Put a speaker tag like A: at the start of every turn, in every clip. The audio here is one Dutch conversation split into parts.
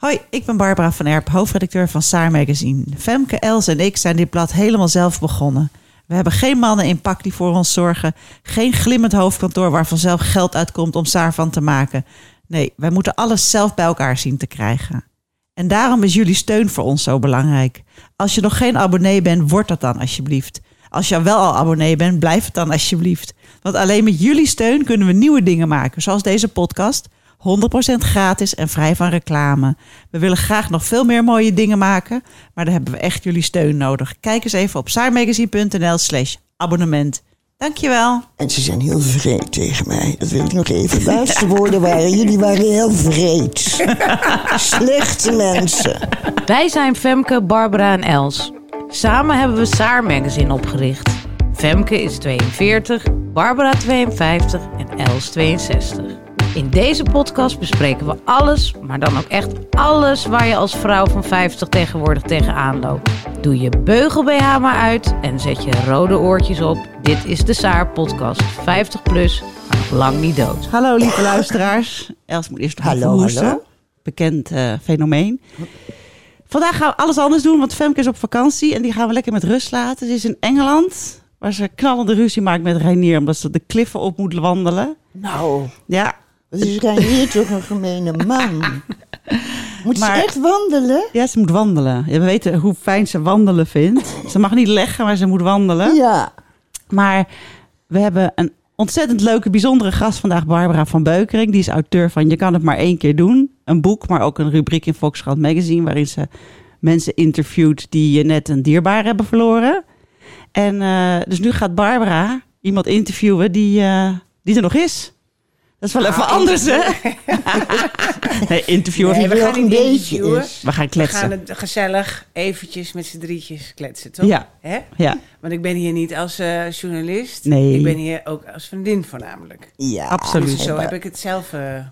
A: Hoi, ik ben Barbara van Erp, hoofdredacteur van Saar Magazine. Femke, Els en ik zijn dit blad helemaal zelf begonnen. We hebben geen mannen in pak die voor ons zorgen. Geen glimmend hoofdkantoor waar vanzelf geld uitkomt om Saar van te maken. Nee, wij moeten alles zelf bij elkaar zien te krijgen. En daarom is jullie steun voor ons zo belangrijk. Als je nog geen abonnee bent, word dat dan alsjeblieft. Als je wel al abonnee bent, blijf het dan alsjeblieft. Want alleen met jullie steun kunnen we nieuwe dingen maken, zoals deze podcast. 100% gratis en vrij van reclame. We willen graag nog veel meer mooie dingen maken, maar daar hebben we echt jullie steun nodig. Kijk eens even op saarmagazine.nl slash abonnement. Dankjewel.
B: En ze zijn heel vreed tegen mij. Dat wil ik nog even. De laatste woorden waren: jullie waren heel vreed. Slechte mensen.
C: Wij zijn Femke, Barbara en Els. Samen hebben we Saar Magazine opgericht. Femke is 42, Barbara 52 en Els 62. In deze podcast bespreken we alles, maar dan ook echt alles waar je als vrouw van 50 tegenwoordig tegenaan loopt. Doe je beugel BH maar uit en zet je rode oortjes op. Dit is de Saar Podcast 50 plus, maar nog lang niet dood.
A: Hallo lieve luisteraars. Els moet eerst nog
B: Hallo,
A: even hoesten.
B: hallo.
A: Bekend eh, fenomeen. Vandaag gaan we alles anders doen, want Femke is op vakantie en die gaan we lekker met rust laten. Ze is in Engeland, waar ze knallende ruzie maakt met Reinier, omdat ze de kliffen op moet wandelen.
B: Nou,
A: Ja,
B: wat is hier toch een gemene man? Moet
A: Maar-
B: ze echt wandelen?
A: ja ze moet wandelen. Ja, we weten hoe fijn ze wandelen vindt. Ze mag niet leggen, maar ze moet wandelen.
B: Ja.
A: Maar we hebben een ontzettend leuke, bijzondere gast vandaag, Barbara van Beukering. Die is auteur van Je kan het maar één keer doen. Een boek, maar ook een rubriek in Volkskrant Magazine... waarin ze mensen interviewt die eh, net een dierbaar hebben verloren. En eh, dus nu gaat Barbara iemand interviewen die, eh, die er nog is. Dat is wel
D: Ah,
A: even anders, hè? nee, interviewen.
B: Nee,
A: is
D: we
A: niet-
B: wel
D: gaan
B: een
D: niet
B: beetje
D: interviewen.
B: is.
A: We gaan
D: We
A: kletsen.
D: gaan het gezellig eventjes met z'n drietjes kletsen, toch?
A: Ja.
D: Hè?
A: Ja,
D: Want ik ben hier niet als eh, journalist.
A: Nee.
D: Ik ben hier ook als vriendin voornamelijk.
B: Ja.
A: absoluut.
D: Zo heb ik het zelf eh,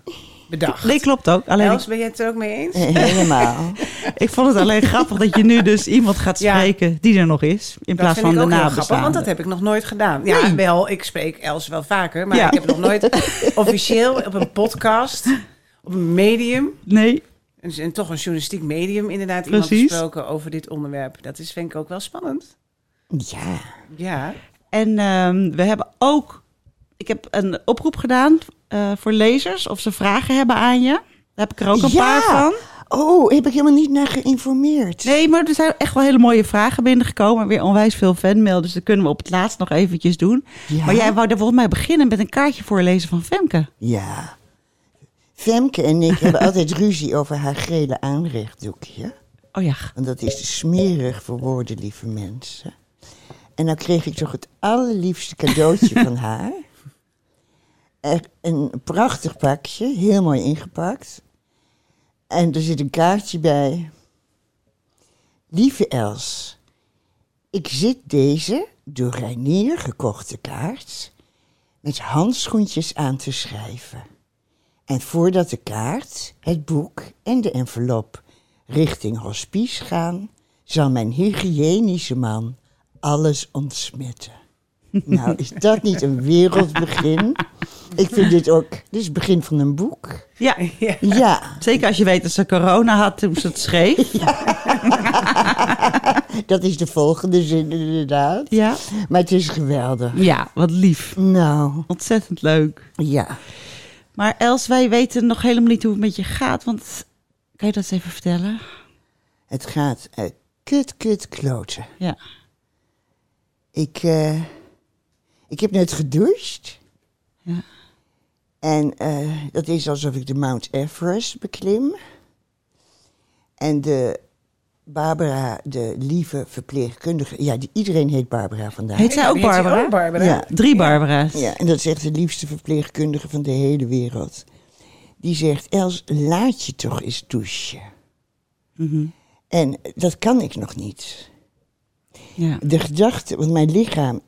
D: bedacht.
A: Nee, klopt ook. Alleen ik-
D: Els, ben jij het er ook mee eens?
B: Helemaal.
A: Ik vond het alleen grappig dat je nu dus iemand gaat
D: Ja.
A: spreken die er nog is. In plaats
D: dat
A: van
D: vind
A: de
D: ik ook heel grappig, want
A: nabestaanden.
D: dat heb ik nog nooit gedaan. Ja, wel, ik spreek Els wel vaker, maar
A: Ja.
D: ik heb nog nooit officieel op een podcast, op een medium,
A: Nee,
D: en, en toch een journalistiek medium inderdaad,
A: Precies.
D: iemand gesproken over dit onderwerp. Dat is vind ik ook wel spannend.
B: Ja.
D: Ja.
A: En ehm, we hebben ook. Ik heb een oproep gedaan eh, voor lezers of ze vragen hebben aan je. Daar heb ik er ook een
B: Ja.
A: paar van.
B: Oh, heb ik helemaal niet naar geïnformeerd.
A: Nee, maar er zijn echt wel hele mooie vragen binnengekomen. Weer onwijs veel fanmail, dus dat kunnen we op het laatst nog eventjes doen.
B: Ja.
A: Maar jij wou er volgens mij beginnen met een kaartje voorlezen van Femke.
B: Ja. Femke en ik hebben altijd ruzie over haar gele aanrechtdoekje.
A: Oh ja.
B: Want dat is te smerig voor woorden, lieve mensen. En nou kreeg ik toch het allerliefste cadeautje van haar. Er- Een prachtig pakje, heel mooi ingepakt. En er zit een kaartje bij. Lieve Els, ik zit deze door Reinier gekochte kaart met handschoentjes aan te schrijven. En voordat de kaart, het boek en de envelop richting hospice gaan, zal mijn hygiënische man alles ontsmetten. Nou, is dat niet een wereldbegin? Ik vind dit ook, dit is het begin van een boek.
A: Ja,
B: Ja,
A: zeker als je weet dat ze corona had toen ze het schreef.
B: dat is de volgende zin inderdaad.
A: Ja.
B: Maar het is geweldig.
A: Ja, wat lief.
B: Nou,
A: Ontzettend leuk.
B: ja.
A: Maar Els, wij weten nog helemaal niet hoe het met je gaat. Want kan je dat eens even vertellen?
B: Het gaat eh, kut, kut, kloten.
A: Ja.
B: Ik, eh, ik heb net gedoucht.
A: Ja.
B: En eh, dat is alsof ik de Mount Everest beklim. En de Barbara, de lieve verpleegkundige. Ja, die, iedereen heet Barbara vandaag.
A: Heet zij ook
D: Heet je
A: Barbara?
D: ook Barbara?
B: Ja.
A: Drie Barbara's.
B: Ja, en dat is echt de liefste verpleegkundige van de hele wereld. Die zegt, Els, laat je toch eens douchen.
A: Mhm.
B: En dat kan ik nog niet.
A: Ja.
B: De gedachte, want mijn lichaam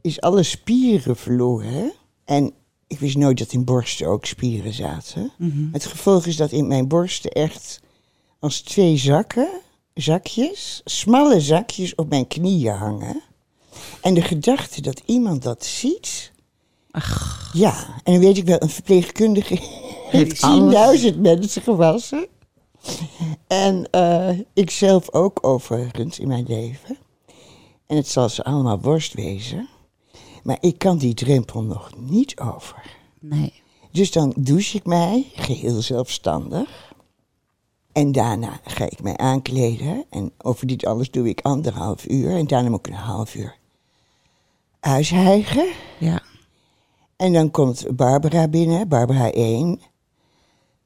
B: is alle spieren verloren. hè. En ik wist nooit dat in borsten ook spieren zaten. Het gevolg is dat in mijn borsten echt als twee zakken, zakjes, smalle zakjes op mijn knieën hangen. En de gedachte dat iemand dat ziet. Ja, en dan weet ik wel, een verpleegkundige heeft 10.000 mensen gewassen. En eh, ik zelf ook overigens in mijn leven. En het zal ze allemaal worst wezen. Maar ik kan die drempel nog niet over.
A: Nee.
B: Dus dan douche ik mij, geheel zelfstandig. En daarna ga ik mij aankleden. En over dit alles doe ik anderhalf uur. En daarna moet ik een half uur huishijgen.
A: Ja.
B: En dan komt Barbara binnen, Barbara 1,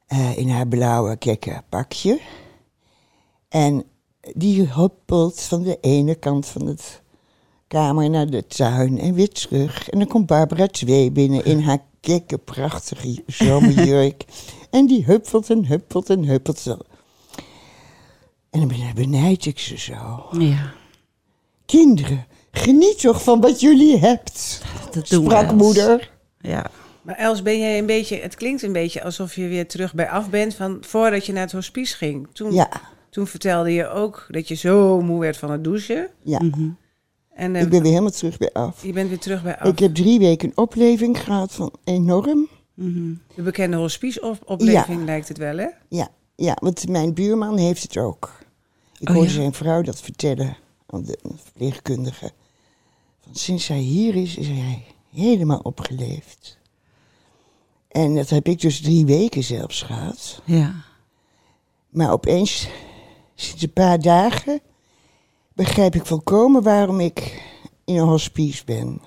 B: eh, in haar blauwe kekke pakje. En die hoppelt van de ene kant van het kamer naar de tuin en weer terug. En dan komt Barbara 2 binnen in haar kekke prachtige zomerjurk. en die huppelt en huppelt en huppelt zo. En dan ben- benijd ik ze zo.
A: Ja.
B: Kinderen, geniet toch van wat jullie hebt,
A: Dat doen we
B: sprak
A: Els.
B: moeder.
A: Ja.
D: Maar Els, ben jij een beetje, het klinkt een beetje alsof je weer terug bij af bent van voordat je naar het hospice ging. Toen,
B: Ja,
D: toen vertelde je ook dat je zo moe werd van het douchen.
B: ja.
A: Mm-hmm.
D: En eh,
B: Ik ben weer helemaal terug bij af.
D: je bent weer terug bij af.
B: Ik heb drie weken een opleving gehad van enorm.
D: De bekende hospice-opleving lijkt het wel, hè?
B: Ja, ja, want mijn buurman heeft het ook. Ik
A: Oh,
B: hoorde
A: ja?
B: zijn vrouw dat vertellen aan de verpleegkundige. Van sinds hij hier is, is hij helemaal opgeleefd. En dat heb ik dus drie weken zelfs gehad.
A: Ja.
B: Maar opeens, sinds een paar dagen, begrijp ik volkomen waarom ik in een hospice ben.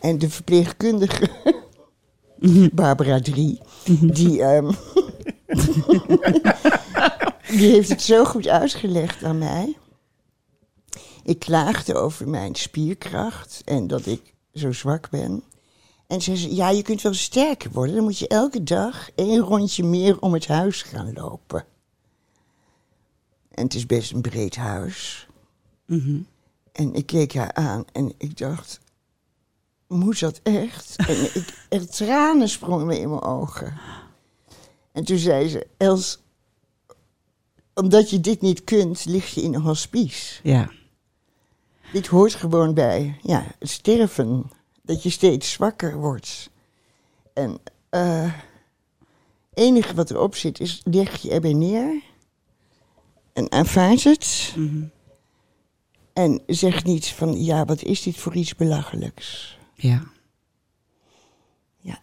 B: En de verpleegkundige, Barbara 3, die, ehm, die heeft het zo goed uitgelegd aan mij. Ik klaagde over mijn spierkracht en dat ik zo zwak ben. En ze zei, ja, je kunt wel sterker worden. Dan moet je elke dag één rondje meer om het huis gaan lopen. En het is best een breed huis. En ik keek haar aan en ik dacht, moet dat echt? En ik, er tranen sprongen me in mijn ogen. En toen zei ze, Els, omdat je dit niet kunt, lig je in een hospice.
A: Ja.
B: Dit hoort gewoon bij ja, het sterven. Dat je steeds zwakker wordt. En eh, het enige wat erop zit is, leg je erbij neer. En aanvaard het. En zeg niet van, ja, wat is dit voor iets belachelijks.
A: Ja.
B: Ja.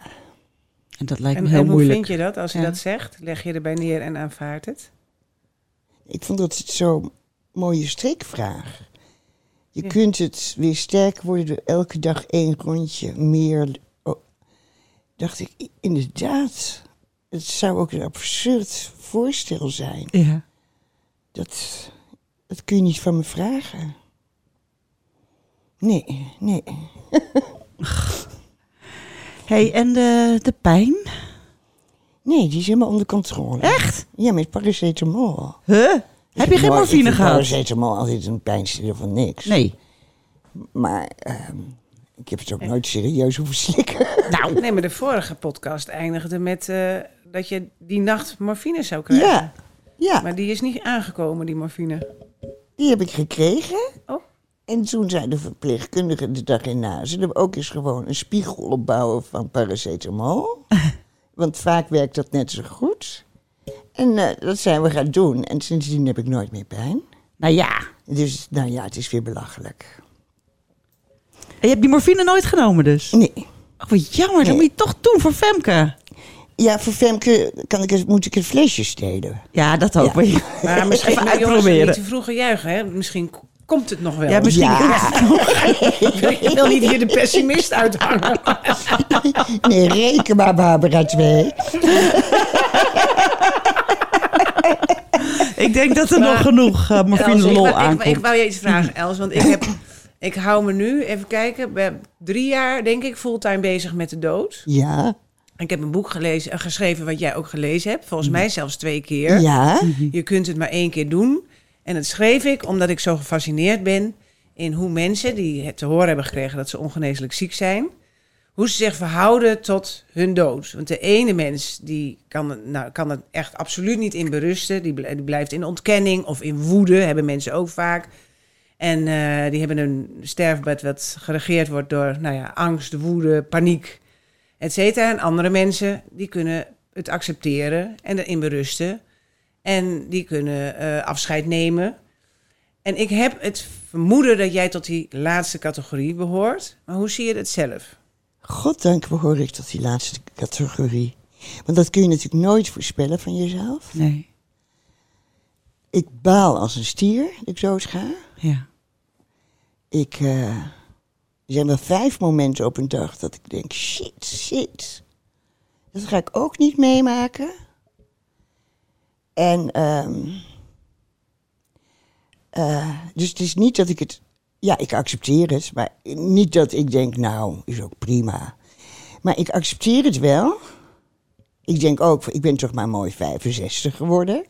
A: En dat lijkt
D: En,
A: me heel
D: en hoe
A: moeilijk.
D: vind je dat als je
A: Ja.
D: dat zegt? Leg je erbij neer en aanvaardt het?
B: Ik vond dat het zo'n mooie strikvraag. Je kunt het weer sterk worden door elke dag één rondje meer. oh, dacht ik, i- inderdaad. Het zou ook een absurd voorstel zijn.
A: Ja.
B: Dat, dat kun je niet van me vragen. Nee, nee.
A: hey, en de, de pijn?
B: Nee, die is helemaal onder controle.
A: Echt?
B: Ja, met paracetamol.
A: Huh? Heb je geen
B: mooi- ik
A: morfine
B: vind
A: gehad?
B: Paracetamol altijd een pijnstiller van niks.
A: Nee.
B: Maar ehm, ik heb het ook nooit serieus hoeven slikken.
D: Nou. Nee, maar de vorige podcast eindigde met eh, dat je die nacht morfine zou krijgen.
B: Ja, ja.
D: Maar die is niet aangekomen, die morfine.
B: Die heb ik gekregen.
D: Oh.
B: En toen zei de verpleegkundige de dag erna... zullen we ook eens gewoon een spiegel opbouwen van paracetamol? Want vaak werkt dat net zo goed. En eh, dat zijn we gaan doen. En sindsdien heb ik nooit meer pijn.
A: Nou ja.
B: Dus nou ja, het is weer belachelijk.
A: En je hebt die morfine nooit genomen dus?
B: Nee.
A: Oh, wat jammer. Dat
B: Nee.
A: moet je toch doen voor Femke.
B: Ja, voor Femke kan ik het, moet ik een flesje stelen.
A: Ja, dat ook.
B: Ja.
A: Maar je-
D: Maar misschien
A: Even
D: maar jongens,
A: uitproberen.
D: niet te vroeg juichen. Hè? Misschien k- komt het nog wel.
A: Ja, misschien
B: Ja.
D: Ik wil niet hier de pessimist uithangen. Oh.
B: Nee, reken maar, Barbara 2.
A: Ik denk dat er nog genoeg eh,
D: Els,
A: morfine
D: ik, wou-
A: lol
D: ik, wou- ik
A: aankomt.
D: wou je iets vragen, Els. Want ik, heb, ik hou me nu, even kijken, ben drie jaar denk ik fulltime bezig met de dood.
B: Ja,
D: Ik heb een boek gelezen, eh, geschreven wat jij ook gelezen hebt. Volgens mij zelfs twee keer.
B: Ja,
D: Je kunt het maar één keer doen. En dat schreef ik omdat ik zo gefascineerd ben in hoe mensen die het te horen hebben gekregen dat ze ongeneeslijk ziek zijn, hoe ze zich verhouden tot hun dood. Want de ene mens die kan, nou, kan er echt absoluut niet in berusten. Die, bl- die blijft in ontkenning of in woede, hebben mensen ook vaak. En eh, die hebben een sterfbed wat geregeerd wordt door nou ja, angst, woede, paniek, et cetera. En andere mensen die kunnen het accepteren en erin berusten. En die kunnen eh, afscheid nemen. En ik heb het vermoeden dat jij tot die laatste categorie behoort. Maar hoe zie je dat zelf?
B: goddank behoor ik tot die laatste categorie. Want dat kun je natuurlijk nooit voorspellen van jezelf.
A: Nee.
B: Ik baal als een stier dat ik zo eens ga.
A: Ja.
B: Ik, eh, er zijn wel vijf momenten op een dag dat ik denk, shit, shit. Dat ga ik ook niet meemaken. En, ehm, eh, dus het is niet dat ik het, ja, ik accepteer het, maar niet dat ik denk, nou, is ook prima. Maar ik accepteer het wel. Ik denk ook, ik ben toch maar mooi 65 geworden.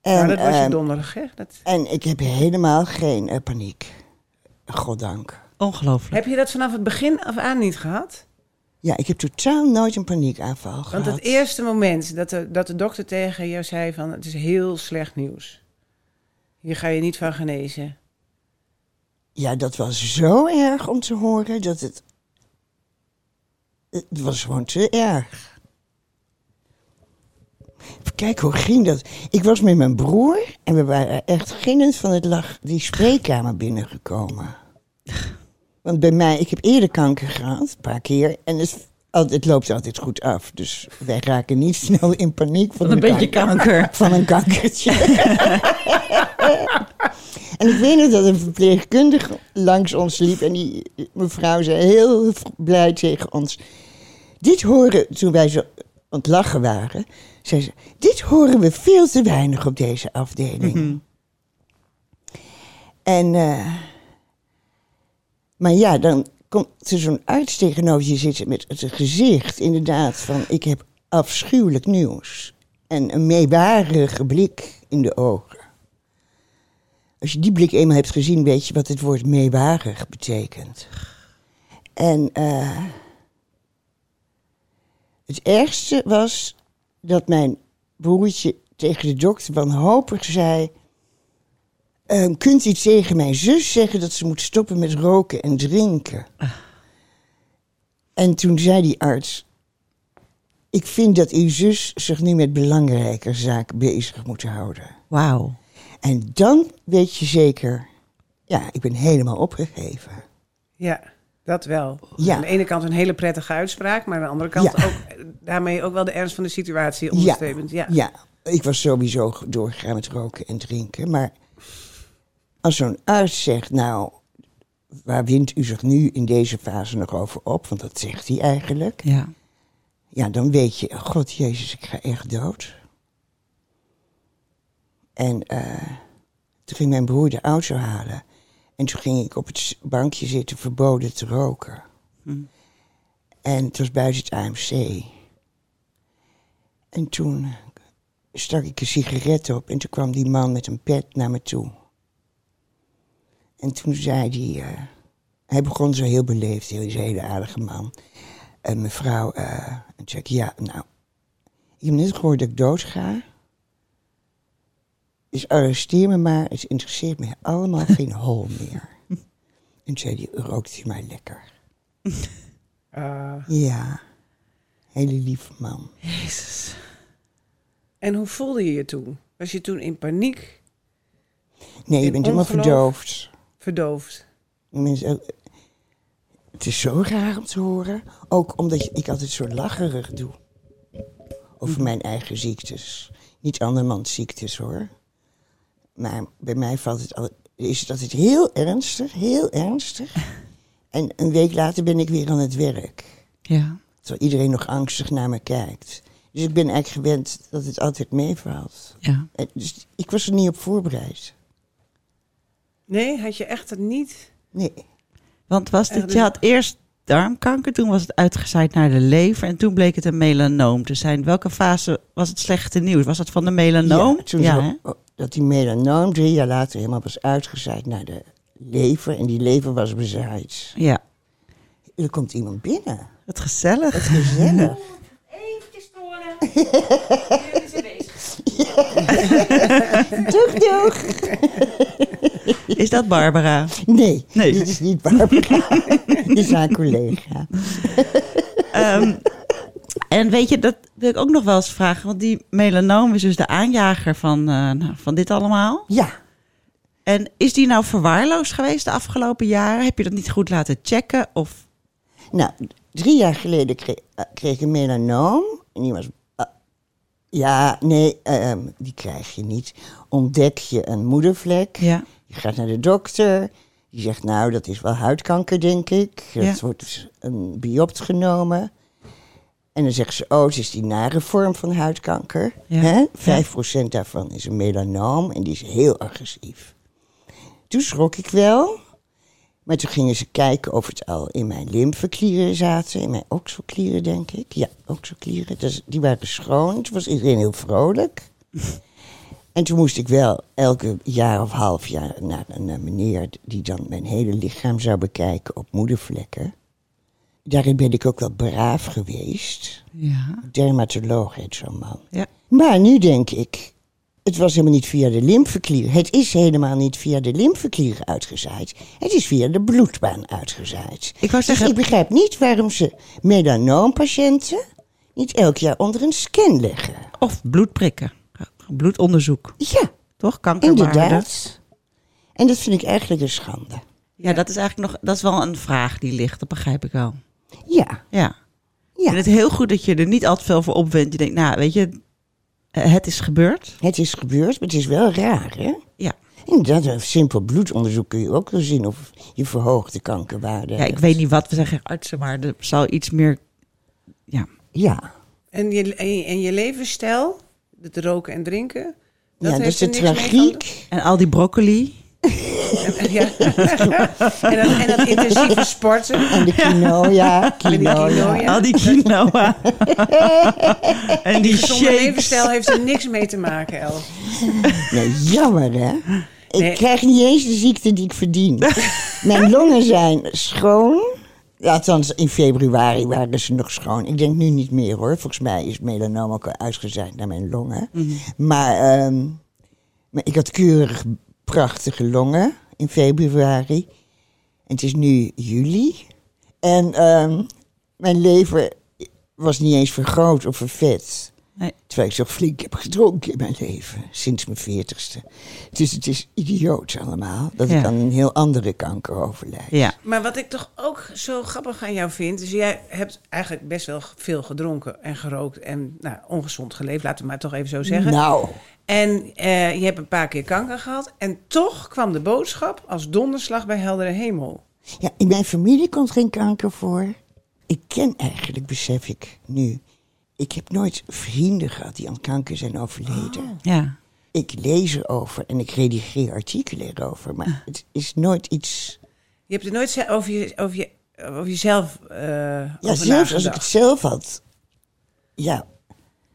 B: En,
D: nou, dat was je
B: ehm,
D: donderdag, hè? Dat...
B: en ik heb helemaal geen eh, paniek. Goddank.
A: Ongelooflijk.
D: Heb je dat vanaf het begin af aan niet gehad?
B: Ja, ik heb totaal nooit een paniekaanval
D: Want
B: gehad.
D: het eerste moment dat de, dat de dokter tegen jou zei van... het is heel slecht nieuws. Hier ga je niet van genezen.
B: Ja, dat was zo erg om te horen dat het... Het was gewoon te erg. Even kijken, hoe ging dat? Ik was met mijn broer en we waren echt ginnend van het lach die spreekkamer binnengekomen. Want bij mij, ik heb eerder kanker gehad, een paar keer. En het, al- het loopt altijd goed af. Dus wij raken niet snel in paniek van,
A: Een
B: de
A: beetje
B: kanker.
A: kanker.
B: van een kankertje. en ik weet nog dat een verpleegkundige langs ons liep. En die mevrouw zei heel blij tegen ons. Dit horen, toen wij zo aan het lachen waren, zei ze... Dit horen we veel te weinig op deze afdeling. En, eh, maar ja, dan komt er zo'n arts tegenover je zitten met het gezicht inderdaad van... Ik heb afschuwelijk nieuws. En een meewarige blik in de ogen. Als je die blik eenmaal hebt gezien, weet je wat het woord meewarig betekent. En eh, het ergste was dat mijn broertje tegen de dokter wanhopig zei... "Ehm, kunt u tegen mijn zus zeggen dat ze moet stoppen met roken en drinken? En toen zei die arts... Ik vind dat uw zus zich nu met belangrijker zaken bezig moet houden.
A: Wauw.
B: En dan weet je zeker... Ja, ik ben helemaal opgegeven.
D: Ja, dat wel.
B: Ja.
D: Aan de ene kant een hele prettige uitspraak... maar aan de andere kant
B: Ja.
D: ook, eh, daarmee ook wel de ernst van de situatie
B: Ja,
D: onderstrepend. Ja.
B: ja, ik was sowieso doorgegaan met roken en drinken. Maar als zo'n arts zegt, nou, waar wint u zich nu in deze fase nog over op? Want dat zegt hij eigenlijk.
A: Ja.
B: Ja, dan weet je, god jezus, ik ga echt dood. En eh, toen ging mijn broer de auto halen. En toen ging ik op het s- bankje zitten verboden te roken. En het was buiten het AMC. En toen stak ik een sigaret op en toen kwam die man met een pet naar me toe. En toen zei hij, eh, hij begon zo heel beleefd, hij is een hele aardige man. En mevrouw, eh, en zei ik, ja, nou, ik heb net gehoord dat ik doodga. Dus arresteer me maar, het interesseert me allemaal geen hol meer. En toen zei hij, rookt hij mij lekker.
D: Ah.
B: Ja, hele lieve man.
A: Jezus.
D: en hoe voelde je je toen? Was je toen in paniek
B: Nee, je
D: In
B: bent helemaal
D: ongeloof.
B: verdoofd.
D: verdoofd?
B: Mensen, eh, het is zo raar om te horen. Ook omdat je- ik altijd zo lacherig doe. Over mijn eigen ziektes. Niet andermans ziektes hoor. Maar bij mij valt het al, is het altijd heel ernstig, heel ernstig. En een week later ben ik weer aan het werk.
A: Ja.
B: Terwijl iedereen nog angstig naar me kijkt. Dus ik ben eigenlijk gewend dat het altijd meevalt.
A: Ja.
B: Eh, Dus ik was er niet op voorbereid.
D: Nee, had je echt het niet?
B: Nee.
D: dus-
A: Want was dit, je had eerst darmkanker. Toen was het uitgezaaid naar de lever. En toen bleek het een melanoom te zijn. Welke fase was het slechte nieuws? Was dat van de melanoom?
B: Ja, toen
A: ja,
B: ze- oh,
A: hè?
B: dat die melanoom drie jaar later helemaal was uitgezaaid naar de lever. En die lever was bezaaid.
A: ja.
B: Er komt iemand binnen.
A: Wat gezellig.
B: Gezellig.
E: Even storen. Jullie zijn bezig.
B: Doeg, doeg.
A: Is dat Barbara?
B: Nee,
A: Nee.
B: dit is niet Barbara. dit is haar collega.
A: Ehm, en weet je, dat wil ik ook nog wel eens vragen. Want die melanoom is dus de aanjager van, eh, nou, van dit allemaal.
B: Ja,
A: En is die nou verwaarloosd geweest de afgelopen jaren? Heb je dat niet goed laten checken? Of
B: nou, drie jaar geleden kreeg, eh, kreeg ik een melanoom. En die was... ah, ja, nee, ehm, die krijg je niet. Ontdek je een moedervlek.
A: Ja.
B: Je gaat naar de dokter. Die zegt, nou, dat is wel huidkanker, denk ik. Dat
A: Ja.
B: wordt dus een biopt genomen. En dan zegt ze, oh, het is die nare vorm van huidkanker.
A: Ja.
B: Hè? 5% daarvan is een melanoom en die is heel agressief. Toen schrok ik wel. Maar toen gingen ze kijken of het al in mijn lymfeklieren zaten. In mijn oxoklieren, denk ik. Ja, oxoklieren. Dus die waren schoon. Toen was iedereen heel vrolijk. En toen moest ik wel elke jaar of half jaar naar een eh, meneer... die dan mijn hele lichaam zou bekijken op moedervlekken. Daarin ben ik ook wel braaf geweest.
A: ja.
B: Dermatoloog heet zo'n man.
A: Ja.
B: Maar nu denk ik, het was helemaal niet via de lymfeklier. Het is helemaal niet via de lymfeklier uitgezaaid. Het is via de bloedbaan uitgezaaid.
A: Ik wou zeggen-
B: Dus ik begrijp niet waarom ze melanoompatiënten niet elk jaar onder een scan leggen.
A: Of bloedprikken. Bloedonderzoek.
B: Ja,
A: Toch? Kankerwaarde.
B: inderdaad. En dat vind ik eigenlijk een schande.
A: Ja, dat is eigenlijk nog. Dat is wel een vraag die ligt. Dat begrijp ik wel.
B: Ja,
A: Ja. Ik
B: ja.
A: vind het heel goed dat je er niet al te veel voor opwindt. Je denkt, nou, weet je, eh, het is gebeurd.
B: Het is gebeurd, maar het is wel raar, hè?
A: Ja.
B: Inderdaad, een simpel bloedonderzoek kun je ook wel zien of je verhoogde kankerwaarde
A: Ja, ik
B: hebt.
A: weet niet wat we zeggen, artsen, maar er zal iets meer. Ja.
B: Ja.
D: En je, en je- en je levensstijl, het roken en drinken. Dat
B: ja, dat
D: heeft
B: is
D: er
B: de
D: niks mee van-
B: tragiek.
A: En al die broccoli.
D: En, ja. en, dat, en dat intensieve sporten.
B: En nou de quinoa,
D: En die
B: quinoa.
D: quinoa. Ja.
A: Al die quinoa. en die
D: Zonder
A: shakes.
D: levensstijl heeft er niks mee te maken, El.
B: Nee, jammer hè. Ik
D: Nee.
B: krijg niet eens de ziekte die ik verdien. Mijn longen zijn schoon. Ja, Althans, in februari waren ze nog schoon. Ik denk nu niet meer hoor. Volgens mij is melanoom ook al uitgezaaid naar mijn longen.
D: Mhm.
B: Maar, ehm, maar ik had keurig prachtige longen in februari. En het is nu juli. En ehm, mijn lever was niet eens vergroot of vervet.
A: Nee.
B: Terwijl ik zo flink heb gedronken in mijn leven, sinds mijn veertigste. Dus het is idioot allemaal dat
A: Ja.
B: ik aan een heel andere kanker overlijd.
A: Ja.
D: Maar wat ik toch ook zo grappig aan jou vind, is jij hebt eigenlijk best wel veel gedronken en gerookt en nou, ongezond geleefd, laten we maar toch even zo zeggen.
B: Nou,
D: En eh, je hebt een paar keer kanker gehad en toch kwam de boodschap als donderslag bij heldere hemel.
B: ja, in mijn familie komt geen kanker voor. Ik ken eigenlijk, besef ik nu, ik heb nooit vrienden gehad die aan kanker zijn overleden.
A: Ja.
B: Ik lees erover en ik redigeer artikelen erover, maar het is nooit iets...
D: Je hebt er nooit ze- over, je, over, je, over jezelf eh
B: Ja,
D: over
B: zelfs als ik het
D: nagedacht.
B: zelf had. Ja,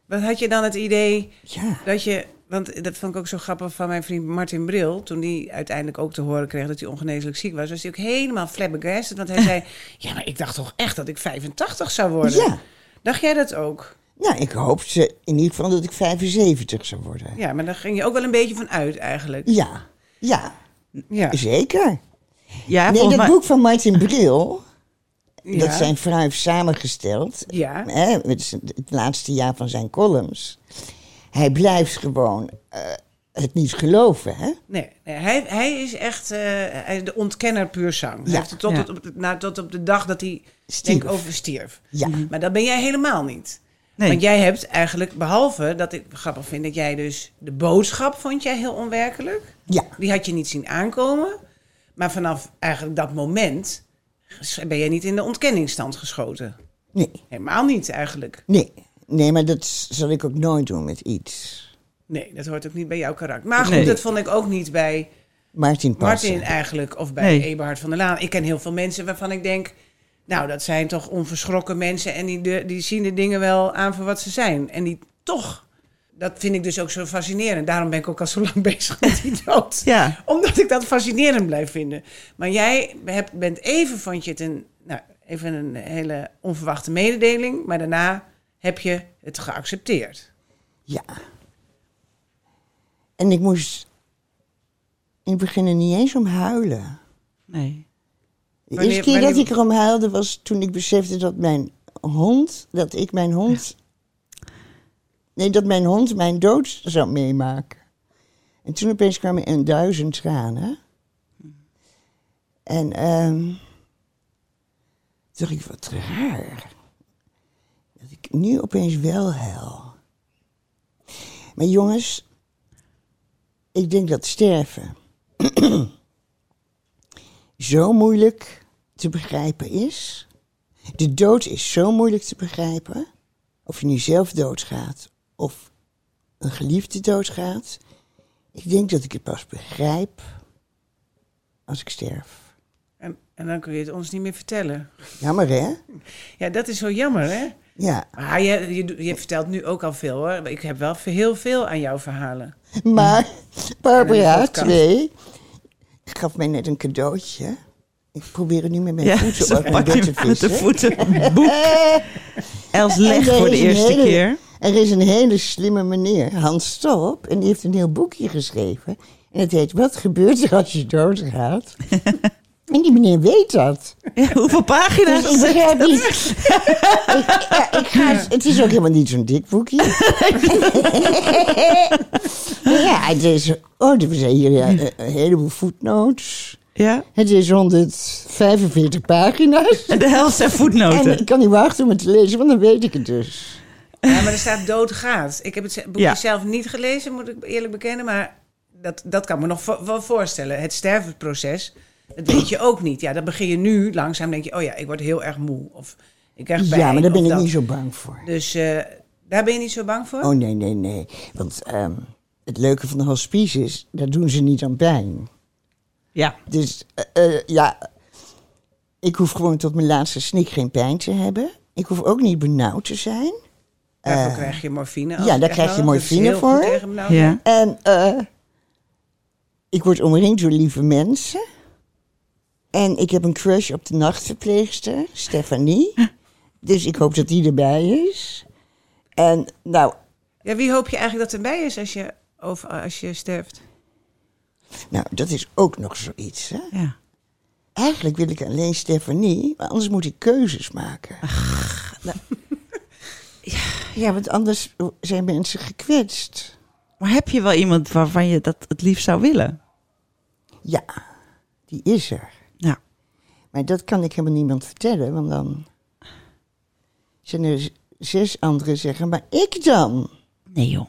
D: Wat had je dan het idee
B: ja.
D: Dat je, want dat vond ik ook zo grappig van mijn vriend Martin Bril. Toen die uiteindelijk ook te horen kreeg dat hij ongeneeslijk ziek was, was hij ook helemaal flabbergasted. Want hij zei: Ja, maar ik dacht toch echt dat ik 85 zou worden?
B: Ja.
D: Dacht jij dat ook?
B: Nou, ik hoopte in ieder geval dat ik 75 zou worden.
D: Ja, maar daar ging je ook wel een beetje van uit eigenlijk.
B: Ja, ja,
D: Ja.
B: zeker.
A: Ja,
B: nee,
A: volgens
B: dat
A: mij.
B: boek van Martin Bril,
D: ja.
B: dat zijn vrouw heeft samengesteld.
D: Ja.
B: Hè, het, is het laatste jaar van zijn columns. Hij blijft gewoon eh, het niet geloven, hè?
D: Nee, nee, hij, hij is echt eh, hij is de ontkenner puur zang. Hij
B: Ja.
D: heeft het tot,
A: Ja.
D: tot op, de- nou, tot op de dag dat hij
B: Stierf.
D: denk, overstierf.
B: Ja.
D: Maar dat ben jij helemaal niet.
A: Nee.
D: Want jij hebt eigenlijk, behalve dat ik grappig vind dat jij dus de boodschap vond jij heel onwerkelijk.
B: Ja,
D: Die had je niet zien aankomen. Maar vanaf eigenlijk dat moment ben jij niet in de ontkenningsstand geschoten.
B: nee,
D: Helemaal niet eigenlijk.
B: nee. Nee, maar dat s- zal ik ook nooit doen met iets.
D: Nee, dat hoort ook niet bij jouw karakter. Maar goed,
A: Nee.
D: dat vond ik ook niet bij
B: Martin Passen.
D: Martin eh. eigenlijk of bij
A: Nee.
D: Eberhard van der Laan. Ik ken heel veel mensen waarvan ik denk... Nou, dat zijn toch onverschrokken mensen en die, de- die zien de dingen wel aan voor wat ze zijn. En die toch, dat vind ik dus ook zo fascinerend. Daarom ben ik ook al zo lang bezig met die dood.
A: Ja.
D: Omdat ik dat fascinerend blijf vinden. Maar jij hebt, bent even, vond je het een, nou, even een hele onverwachte mededeling. Maar daarna heb je het geaccepteerd.
B: Ja. En ik moest in het begin er niet eens om huilen.
A: Nee.
B: De
D: Wanneer-
B: eerste keer dat
D: wanneer-
B: ik erom huilde was toen ik besefte dat mijn hond, dat ik mijn hond, nee, dat mijn hond mijn dood zou meemaken. En toen opeens kwamen er duizend tranen. En ehm, toen dacht ik, wat raar. Dat ik nu opeens wel huil. Maar jongens, ik denk dat sterven zo moeilijk te begrijpen is. De dood is zo moeilijk te begrijpen. Of je nu zelf doodgaat of een geliefde doodgaat. Ik denk dat ik het pas begrijp als ik sterf.
D: En, en dan kun je het ons niet meer vertellen.
B: Jammer hè?
D: Ja, dat is zo jammer, hè?
B: Ja.
D: Maar je, je, je vertelt nu ook al veel, hoor. Ik heb wel heel veel aan jouw verhalen.
B: Maar
D: Ja,
B: Barbara
D: dat kan.
B: 2 gaf mij net een cadeautje. Ik probeer het nu met mijn
A: Ja,
B: voeten
A: ze
B: uit
A: pak
B: mijn bed te
A: je met de
B: vissen.
A: voeten een boek. Els legt
B: En er
A: voor de
B: is een
A: eerste
B: hele-
A: keer.
B: Er is een hele slimme meneer, Hans Stolp, en die heeft een heel boekje geschreven. En het heet Wat gebeurt er als je doodgaat? en die meneer weet dat.
A: Ja, hoeveel pagina's?
B: Dus ik begrijp niet. ik, ja, ik ga, het is ook helemaal niet zo'n dik boekje. Maar ja, het is, oh, er zijn hier ja,
A: Hm.
B: een, een heleboel voetnotes.
A: Ja.
B: Het is 145 pagina's.
A: En de helft zijn
B: En
A: voetnoten.
B: ik kan niet wachten om het te lezen, want dan weet ik het dus.
D: Ja, maar er staat doodgaat. Ik heb het ze- boekje
A: Ja.
D: zelf niet gelezen, moet ik eerlijk bekennen. Maar dat, dat kan me nog vo- wel voorstellen. Het stervensproces, dat weet je ook niet. Ja, dan begin je nu langzaam, denk je... oh ja, ik word heel erg moe. Of ik krijg pijn.
B: Ja, maar daar ben
D: of
B: ik
D: dat.
B: niet zo bang voor.
D: Dus eh, daar ben je niet zo bang voor?
B: Oh nee, nee, nee. Want ehm, het leuke van de hospice is, daar doen ze niet aan pijn.
A: Ja.
B: Dus eh, eh, ja, ik hoef gewoon tot mijn laatste snik geen pijn te hebben. Ik hoef ook niet benauwd te zijn.
D: Daarvoor krijg je morfine. als
B: eh, ja,
D: ik
B: daar
D: echt
B: krijg je
D: wel- dat is
B: morfine
D: heel goed
B: voor.
D: tegen me nou.
A: Ja.
B: En eh, ik word omringd door lieve mensen. En ik heb een crush op de nachtverpleegster, Stefanie. Dus ik hoop dat die erbij is. En nou,
D: Ja, wie hoop je eigenlijk dat erbij is als je, over, als je sterft?
B: nou, dat is ook nog zoiets, hè?
A: ja.
B: Eigenlijk wil ik alleen Stefanie, maar anders moet ik keuzes maken. ja. want anders zijn mensen gekwetst.
A: Maar heb je wel iemand waarvan je dat het liefst zou willen?
B: Ja, die is er.
A: Ja.
B: Maar dat kan ik helemaal niemand vertellen, want dan zijn er z- zes anderen zeggen, maar ik dan?
A: Nee joh.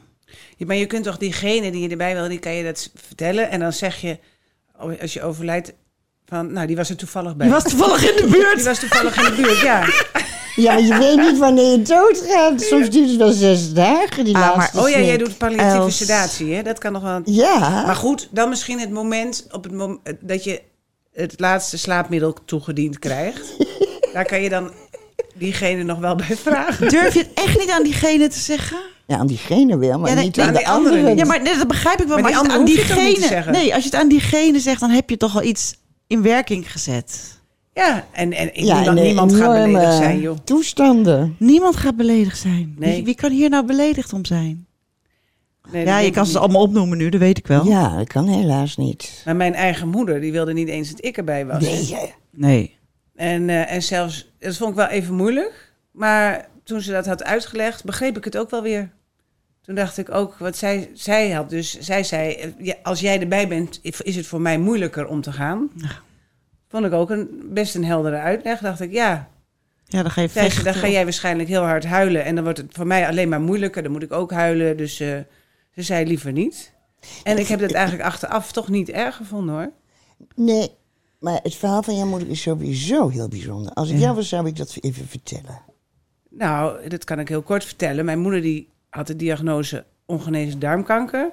D: Ja, maar je kunt toch diegene die je erbij wil, die kan je dat vertellen. En dan zeg je, oh, als je overlijdt, van, nou, die was er toevallig bij.
A: Je was toevallig in de
D: Die
A: buurt.
D: was toevallig in de buurt, ja.
B: Ja, maar je weet niet wanneer je doodgaat. Soms duurt het wel zes dagen, die
A: Ah,
B: laatste
D: Oh ja, jij
B: snik.
D: doet palliatieve
A: Els.
D: sedatie, hè? Dat kan nog wel.
B: Ja,
D: Maar goed, dan misschien het moment op het mom- eh, dat je het laatste slaapmiddel toegediend krijgt. Daar kan je dan diegene nog wel bij vragen.
A: Durf je het echt niet aan diegene te zeggen?
B: ja aan diegene wel, maar
A: Ja, nee,
B: niet
D: aan
B: aan de
D: die anderen
B: anderen.
D: niet.
A: Ja, maar nee, dat begrijp ik wel.
D: Maar
A: Maar, als je het
D: die
A: aan
D: andere hoef je het ook niet te
A: diegene,
D: zeggen.
A: nee, als je het aan diegene zegt, dan heb je toch al iets in werking gezet.
D: Ja, en, en ik
B: ja,
D: moet dan
B: en, eh,
D: niemand gaan
B: enorme
D: beledigd zijn, joh.
B: toestanden.
A: Niemand gaat beledigd zijn.
D: Nee.
A: Wie, wie kan hier nou beledigd om zijn?
D: Nee, dat
A: ja,
D: denk
A: je
D: ik
A: kan ze
D: niet.
A: allemaal opnoemen nu, dat weet ik wel.
B: Ja, dat kan helaas niet.
D: Maar mijn eigen moeder, die wilde niet eens dat ik erbij was.
B: Nee, hè.
A: Nee.
D: En, eh, en zelfs, dat vond ik wel even moeilijk. Maar toen ze dat had uitgelegd, begreep ik het ook wel weer. Toen dacht ik ook, wat zij, zij had dus, zij zei, eh, ja, als jij erbij bent, is het voor mij moeilijker om te gaan. Vond ik ook een, best een heldere uitleg. Dacht ik, ja,
A: Ja, dan ga je
D: zei ze,
A: vechten.
D: dan ga jij waarschijnlijk heel hard huilen. En dan wordt het voor mij alleen maar moeilijker. Dan moet ik ook huilen. Dus eh, ze zei liever niet. En ik heb dat eigenlijk achteraf toch niet erg gevonden hoor.
B: nee, maar het verhaal van jouw moeder is sowieso heel bijzonder. Als ik jou was, zou ik dat even vertellen.
D: Nou, dat kan ik heel kort vertellen. Mijn moeder die had de diagnose ongenezen darmkanker.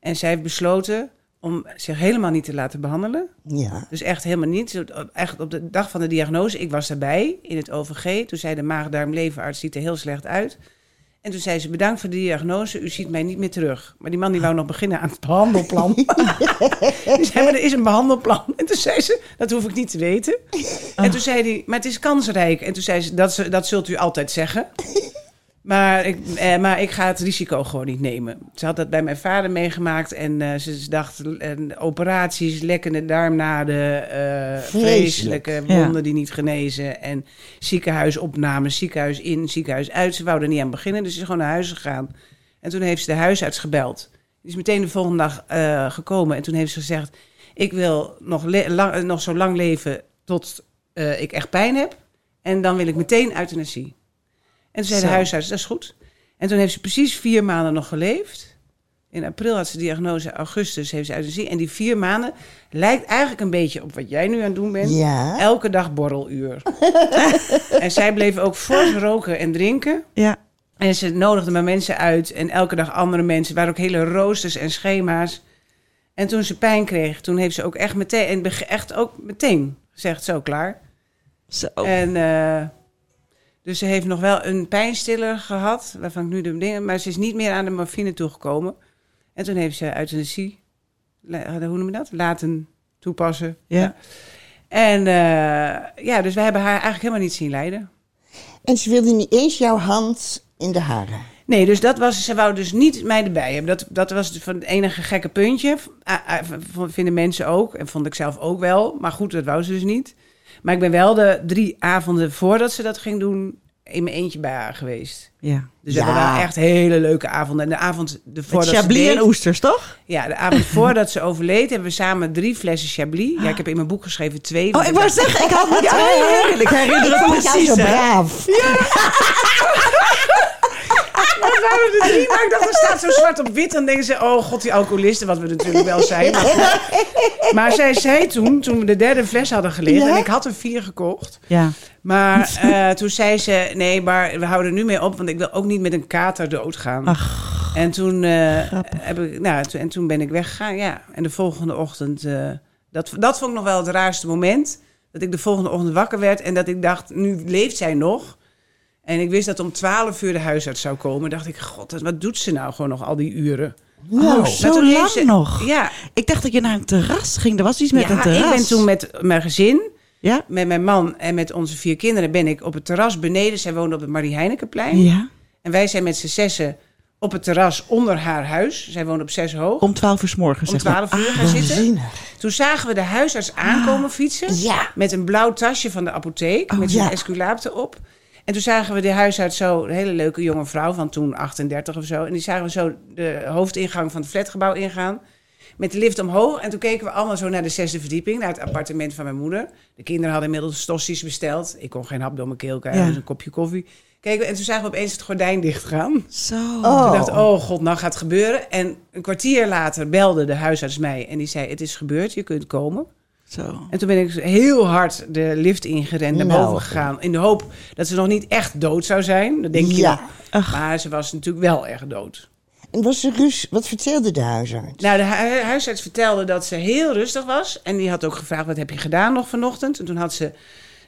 D: En zij heeft besloten om zich helemaal niet te laten behandelen.
B: Ja.
D: Dus echt helemaal niet. Zo- op- Echt op de dag van de diagnose, ik was daarbij in het OVG. Toen zei de maag-darm-leverarts, ziet er heel slecht uit. En toen zei ze, bedankt voor de diagnose, u ziet mij niet meer terug. Maar die man die wou nog beginnen aan het behandelplan. die zei, maar er is een behandelplan. En toen zei ze, dat hoef ik niet te weten. En toen zei hij, maar het is kansrijk. En toen zei ze, dat, ze- dat zult u altijd zeggen. Maar ik, eh, maar ik ga het risico gewoon niet nemen. Ze had dat bij mijn vader meegemaakt. En eh, ze ze dacht, eh, operaties, lekkende darmnaden, eh,
B: Vreselijk.
D: vreselijke
A: Ja.
D: eh, wonden die niet genezen. En ziekenhuisopnames, ziekenhuis in, ziekenhuis uit. Ze wou er niet aan beginnen, dus ze is gewoon naar huis gegaan. En toen heeft ze de huisarts gebeld. Die is meteen de volgende dag eh, gekomen. En toen heeft ze gezegd, ik wil nog, le- lang, eh, nog zo lang leven tot eh, ik echt pijn heb. En dan wil ik meteen euthanasie. En toen zei de
A: Zo.
D: huisarts, dat is goed. En toen heeft ze precies vier maanden nog geleefd. In april had ze diagnose, augustus heeft ze euthanasie. En die vier maanden lijkt eigenlijk een beetje op wat jij nu aan het doen bent.
B: Ja.
D: Elke dag borreluur. en zij bleef ook fors roken en drinken.
A: Ja.
D: En ze nodigde maar mensen uit. En elke dag andere mensen. Er waren ook hele roosters en schema's. En toen ze pijn kreeg, toen heeft ze ook echt meteen, en beg- echt ook meteen gezegd, zo klaar.
A: Zo.
D: En, eh, dus ze heeft nog wel een pijnstiller gehad, waarvan ik nu de dingen... Maar ze is niet meer aan de morfine toegekomen. En toen heeft ze euthanasie, la- eh, hoe noem je dat? Laten toepassen.
A: ja.
D: En eh, ja, dus we hebben haar eigenlijk helemaal niet zien lijden.
B: En ze wilde niet eens jouw hand in de haren.
D: Nee, dus dat was, ze wou dus niet mij erbij hebben. Dat, dat was van het enige gekke puntje. Ah, ah, v- v- Vinden mensen ook, en vond ik zelf ook wel. Maar goed, dat wou ze dus niet. Maar ik ben wel de drie avonden voordat ze dat ging doen, in mijn eentje bij haar geweest.
A: ja.
D: Dus
B: Ja.
D: we hebben wel echt hele leuke avonden. En de avond de
A: Met
D: voordat ze
A: chablis
D: deed-
A: en oesters, toch?
D: Ja, de avond voordat ze overleed hebben we samen drie flessen chablis. Ja, ik heb in mijn boek geschreven twee.
A: Oh,
D: want
A: ik wou
D: dacht-
A: zeggen, ik had me twee. Ik herinner het
B: Vond jou
A: precies.
B: zo
A: hè.
B: braaf.
D: Maar waren er drie, maar ik dacht, er staat zo zwart op wit. Dan denken ze, oh god, die alcoholisten, wat we natuurlijk wel zijn. Maar, maar zij zei toen, toen we de derde fles hadden geleerd...
B: Ja?
D: en ik had er vier gekocht...
A: Ja.
D: Maar eh, toen zei ze: Nee, maar we houden er nu mee op, want ik wil ook niet met een kater doodgaan. en, toen, eh, heb ik, nou, toen- en toen ben ik weggegaan. Ja. En de volgende ochtend, eh, dat, dat vond ik nog wel het raarste moment. Dat ik de volgende ochtend wakker werd en dat ik dacht: Nu leeft zij nog. En ik wist dat om 12 uur de huisarts zou komen. Dacht ik: God, wat doet ze nou gewoon nog al die uren?
A: Oh,
D: Maar
A: zo
D: toen heeft
A: lang
D: ze-
A: nog.
D: Ja,
A: Ik dacht dat je naar een terras ging. Er was iets met
D: ja,
A: een terras.
D: ik ben toen met mijn gezin
A: Ja?
D: met mijn man en met onze vier kinderen ben ik op het terras beneden. Zij woonde op het Marie Heinekenplein.
A: Ja.
D: En wij zijn met z'n zessen op het terras onder haar huis. Zij woonde op zes hoog.
A: Om 12 uur s morgens,
D: Om
A: zeg maar. Ah,
D: twaalf uur gaan zitten. Toen zagen we de huisarts aankomen fietsen.
B: Ja.
D: Met een blauw tasje van de apotheek.
A: Oh,
D: met zijn
B: ja.
D: esculaap erop. En toen zagen we de huisarts zo, een hele leuke jonge vrouw van toen 38 of zo. En die zagen we zo de hoofdingang van het flatgebouw ingaan. Met de lift omhoog. En toen keken we allemaal zo naar de zesde verdieping. Naar het appartement van mijn moeder. De kinderen hadden inmiddels tosti's besteld. Ik kon geen hap door mijn keel krijgen.
A: Ja.
D: Dus een kopje koffie. Keken we, en toen zagen we opeens het gordijn dichtgaan.
A: Zo.
D: Ik
B: Oh.
D: dacht, oh god, nou gaat het gebeuren. En een kwartier later belde de huisarts mij en die zei: Het is gebeurd, je kunt komen.
A: Zo.
D: En toen ben ik heel hard de lift ingerend naar
B: Nou.
D: boven gegaan. In de hoop dat ze nog niet echt dood zou zijn. Dat denk je.
B: Ja.
D: nog. Maar ze was natuurlijk wel echt dood.
B: En was er rus? Wat vertelde de huisarts?
D: Nou, de hu- huisarts vertelde dat ze heel rustig was. En die had ook gevraagd: wat heb je gedaan nog vanochtend? En toen had ze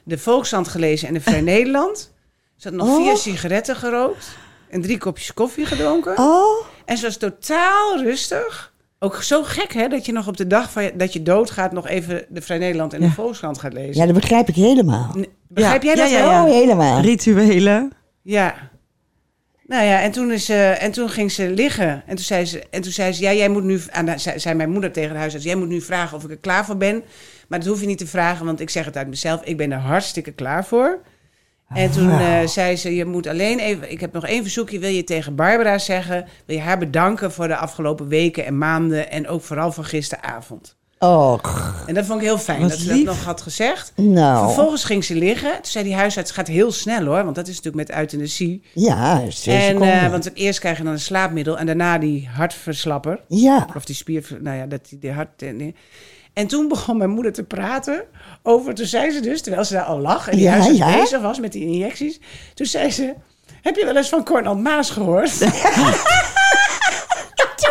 D: de Volkshand gelezen en de Vrij Nederland. Ze had nog
B: Oh.
D: vier sigaretten gerookt en drie kopjes koffie gedronken.
B: Oh,
D: En ze was totaal rustig. Ook zo gek, hè, dat je nog op de dag van je- dat je doodgaat... nog even de Vrij Nederland en de
A: Ja.
D: Volkskrant gaat lezen.
B: ja, dat begrijp ik helemaal.
D: N- Begrijp jij dat
A: ja,
D: wel?
A: ja.
B: Oh, helemaal.
A: Rituelen.
D: Ja. Nou ja, en toen, is, ze- en toen ging ze liggen. En toen zei ze, en toen zei ze ja, jij moet nu... Aan de- zei, zei mijn moeder tegen de huisarts... jij moet nu vragen of ik er klaar voor ben. Maar dat hoef je niet te vragen, want ik zeg het uit mezelf. Ik ben er hartstikke klaar voor. En toen
A: Ah.
D: eh, zei ze, je moet alleen even... Ik heb nog één verzoekje. Wil je tegen Barbara zeggen... wil je haar bedanken voor de afgelopen weken en maanden... en ook vooral voor gisteravond.
B: Och,
D: En dat vond ik heel fijn
A: Wat
D: dat ze
A: lief.
D: dat nog had gezegd.
B: nou.
D: Vervolgens ging ze liggen. Toen zei die huisarts, het gaat heel snel hoor. Want dat is natuurlijk met euthanasie.
B: Ja, dat is twee
D: En,
B: seconden.
D: eh, want eerst krijg je dan een slaapmiddel en daarna die hartverslapper.
B: Ja,
D: Of die spier, nou ja, dat die, die hart... eh, nee. En toen begon mijn moeder te praten over... Toen zei ze dus, terwijl ze daar al lag en die
B: Ja,
D: huisarts
B: ja.
D: bezig was met die injecties. Toen zei ze, heb je wel eens van Cornel Maas gehoord?
E: En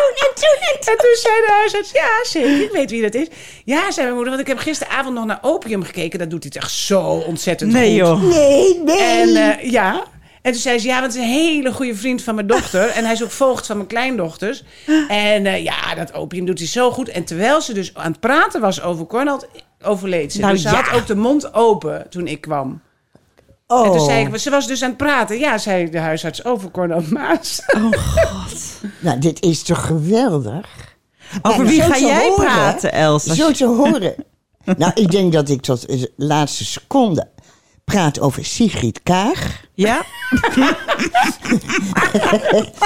E: toen, en toen, en
D: En toen zei de huisarts, ja zeker, ik weet wie dat is. Ja, zei mijn moeder, want ik heb gisteravond nog naar Opium gekeken. Dat doet hij echt zo ontzettend
A: Nee
D: goed.
A: joh.
B: Nee, nee.
D: En eh, ja. En toen zei ze, ja, want het is een hele goede vriend van mijn dochter. En hij is ook voogd van mijn kleindochters. En eh, ja, dat opium doet hij zo goed. En terwijl ze dus aan het praten was over Cornald, overleed ze.
A: Nou,
D: dus ze
A: ja.
D: had ook de mond open toen ik kwam.
B: oh.
D: En toen zei ik, ze was dus aan het praten. Ja, zei de huisarts over Cornald Maas.
B: Nou, dit is toch geweldig?
A: Over
B: Nou,
A: wie
B: zo
A: ga
B: te
A: jij
B: horen,
A: praten, Els? Als
B: Zo
A: je-
B: te horen. nou, ik denk dat ik tot de laatste seconde praat over Sigrid Kaag.
A: Ja?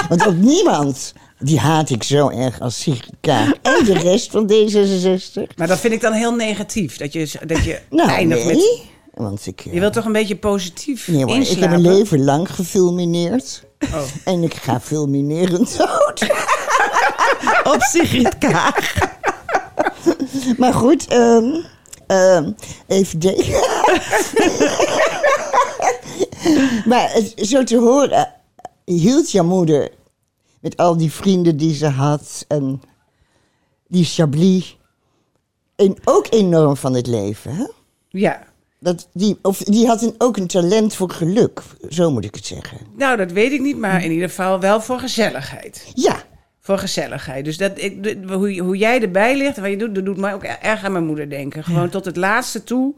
B: Want ook niemand, die haat ik zo erg als Sigrid Kaag. En de rest van D66.
D: Maar dat vind ik dan heel negatief. Dat je, dat je
B: Nou,
D: eindigt
B: nee.
D: met...
B: Want ik, eh,
D: Je wilt toch een beetje positief
B: nee, hoor, ik heb
D: inslapen?
B: mijn leven lang gefilmineerd.
D: Oh.
B: En ik ga filminerend dood.
A: Op Sigrid Kaag.
B: Maar goed, ehm, ehm, even denken. maar het- zo te horen, hield jouw moeder met al die vrienden die ze had en die Chablis en ook enorm van het leven. Hè?
D: Ja.
B: Dat, die, of, die had een, ook een talent voor geluk, zo moet ik het zeggen.
D: Nou, dat weet ik niet, maar in ieder geval wel voor gezelligheid.
B: Ja,
D: Voor gezelligheid. Dus dat, ik, de- hoe, hoe jij erbij ligt en wat je doet, dat doet mij ook erg aan mijn moeder denken. Gewoon tot het laatste toe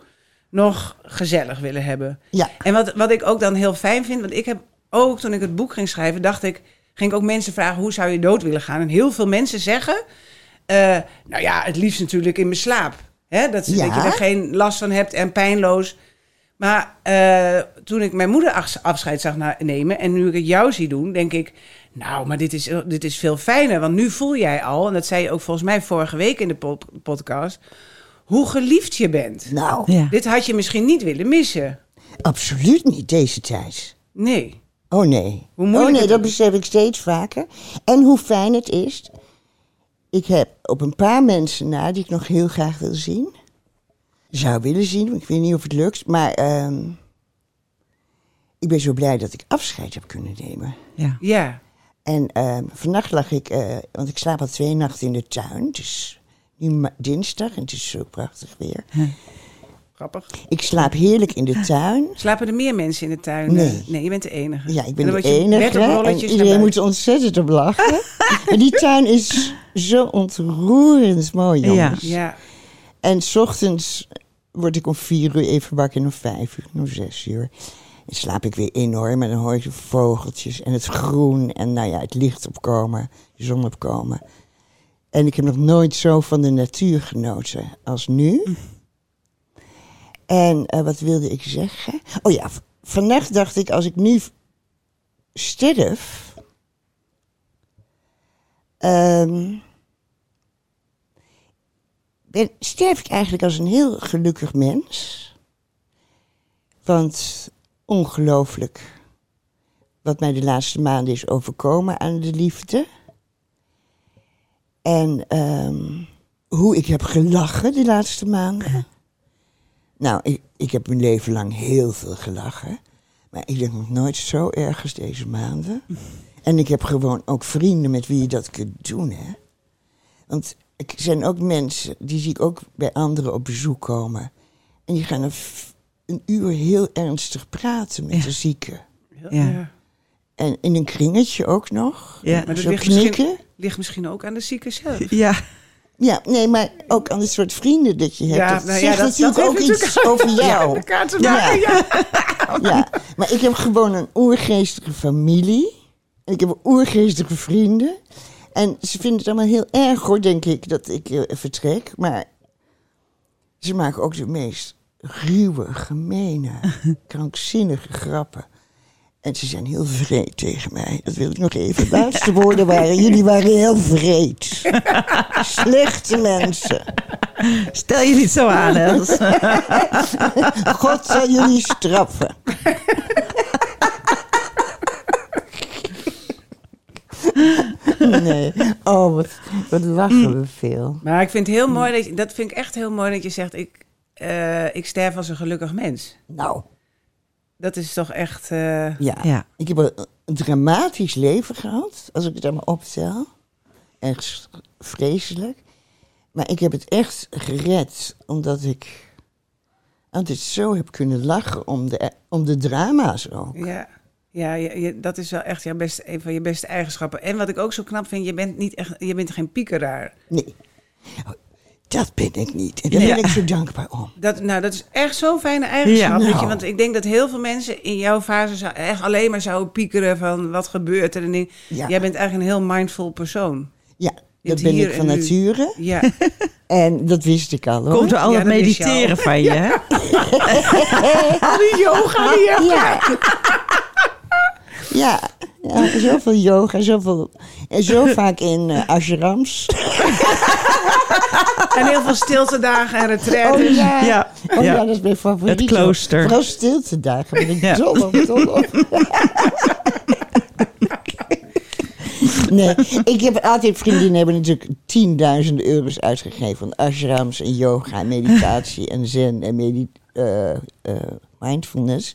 D: nog gezellig willen hebben.
B: Ja.
D: En wat, wat ik ook dan heel fijn vind, want ik heb ook toen ik het boek ging schrijven, dacht ik, ging ik ook mensen vragen hoe zou je dood willen gaan. En heel veel mensen zeggen, eh, nou ja, het liefst natuurlijk in mijn slaap. Hè? Dat, ze-
B: Ja.
D: dat je er geen last van hebt en pijnloos. Maar eh, toen ik mijn moeder afs- afscheid zag na- nemen en nu ik het jou zie doen, denk ik, nou, maar dit is, dit is veel fijner. Want nu voel jij al, en dat zei je ook volgens mij vorige week in de pod- podcast, hoe geliefd je bent.
B: nou,
A: Ja.
D: Dit had je misschien niet willen missen.
B: absoluut niet deze tijd.
D: Nee.
B: Oh nee.
D: Hoe moeilijk
B: oh nee,
D: het
B: dat
D: is.
B: besef ik steeds vaker. En hoe fijn het is. Ik heb op een paar mensen na die ik nog heel graag wil zien. Zou willen zien, want ik weet niet of het lukt. Maar ehm, ik ben zo blij dat ik afscheid heb kunnen nemen.
A: Ja.
D: Ja.
B: En ehm, vannacht lag ik, eh, want ik slaap al twee nachten in de tuin. Het is nu ma- dinsdag en het is zo prachtig weer.
D: Grappig.
B: Ik slaap heerlijk in de tuin.
D: Slapen er meer mensen in de tuin?
B: Nee.
D: je bent de enige.
B: Ja, ik
D: En
B: ben
D: dan
B: de
D: word je
B: enige.
D: Met op
B: En
D: rolletjes naar
B: iedereen moet
D: buiten.
B: er ontzettend op lachen. en die tuin is zo ontroerend mooi, jongens.
D: Ja.
B: En 's ochtends word ik om vier uur even wakker en om vijf uur, en om zes uur. En slaap ik weer enorm en dan hoor ik de vogeltjes en het groen en nou ja, het licht opkomen, de zon opkomen. En ik heb nog nooit zo van de natuur genoten als nu. En eh, wat wilde ik zeggen? Oh ja, v- vannacht dacht ik, als ik nu sterf, ehm, ben, sterf ik eigenlijk als een heel gelukkig mens. Want ongelooflijk wat mij de laatste maanden is overkomen aan de liefde. En ehm, hoe ik heb gelachen de laatste maanden. Nou, ik, ik heb mijn leven lang heel veel gelachen. Maar ik denk nog nooit zo erg als deze maanden. En ik heb gewoon ook vrienden met wie je dat kunt doen, hè. Want er zijn ook mensen, die zie ik ook bij anderen op bezoek komen. En die gaan een, f- een uur heel ernstig praten met
A: Ja.
B: de zieke.
A: Ja.
B: En in een kringetje ook nog.
A: Ja.
D: Maar dat
B: Zo
D: ligt
B: knikken.
D: misschien, ligt misschien ook aan de zieke zelf.
A: Ja.
B: Ja, nee, maar ook aan het soort vrienden dat je hebt.
D: Ja,
B: dat
D: nou ja,
B: zegt
D: dat-
B: natuurlijk
D: dat
B: ook
D: heeft
B: iets over jou.
D: Met elkaar te maken, ja.
B: Ja, maar ik heb gewoon een oergeestige familie. En ik heb oergeestige vrienden. En ze vinden het allemaal heel erg hoor, denk ik, dat ik eh, vertrek. Maar ze maken ook de meest ruwe, gemene, krankzinnige grappen. En ze zijn heel vreed tegen mij. Dat wil ik nog even. De laatste woorden waren: jullie waren heel vreed. Slechte mensen.
A: Stel je niet zo aan, Els.
B: God zal jullie straffen. Nee. Oh, wat, wat lachen we veel.
D: Maar ik vind het heel mooi dat je, dat vind ik echt heel mooi dat je zegt ik, eh, ik sterf als een gelukkig mens.
B: Nou,
D: Dat is toch echt. eh,
B: ja.
A: Ja.
B: Ik heb een, een dramatisch leven gehad, als ik het allemaal optel. echt vreselijk. Maar ik heb het echt gered, omdat ik altijd zo heb kunnen lachen om de, om de drama's ook.
D: Ja, ja je, je- dat is wel echt jouw beste, een van je beste eigenschappen. En wat ik ook zo knap vind, je bent, niet echt, je bent geen piekeraar.
B: Nee, Oh, dat ben ik niet. En daar
D: Ja.
B: ben ik zo dankbaar om.
D: Dat, nou, dat is echt zo'n fijne eigenschap.
A: Ja.
D: weet je,
B: Nou.
D: want ik denk dat heel veel mensen in jouw fase zou, echt alleen maar zouden piekeren van wat gebeurt er. En ding.
B: Ja.
D: Jij bent eigenlijk een heel mindful persoon.
B: Ja, dat
D: Dit
B: ben
D: hier
B: ik van
D: en nu.
B: nature.
D: Ja,
B: En dat wist ik al hoor.
A: Komt door al
D: Ja,
A: het
D: dat is
A: mediteren
D: jou.
A: van je, hè?
D: yoga hier.
B: Ja. Ja, ja, zoveel yoga, zoveel, en zo vaak in eh, ashrams.
D: En heel veel stilte dagen en
B: Oh
D: retraites.
B: ja.
A: Ja.
B: Oh ja,
A: Ja.
B: dat is mijn favoriet.
A: Het klooster.
B: Vooral stiltedagen ben ik
A: Ja.
B: dol op, dol op. nee, ik heb altijd vriendinnen hebben natuurlijk tienduizenden euro's uitgegeven. Aan ashrams en yoga en meditatie en zen en medi- eh, eh, mindfulness.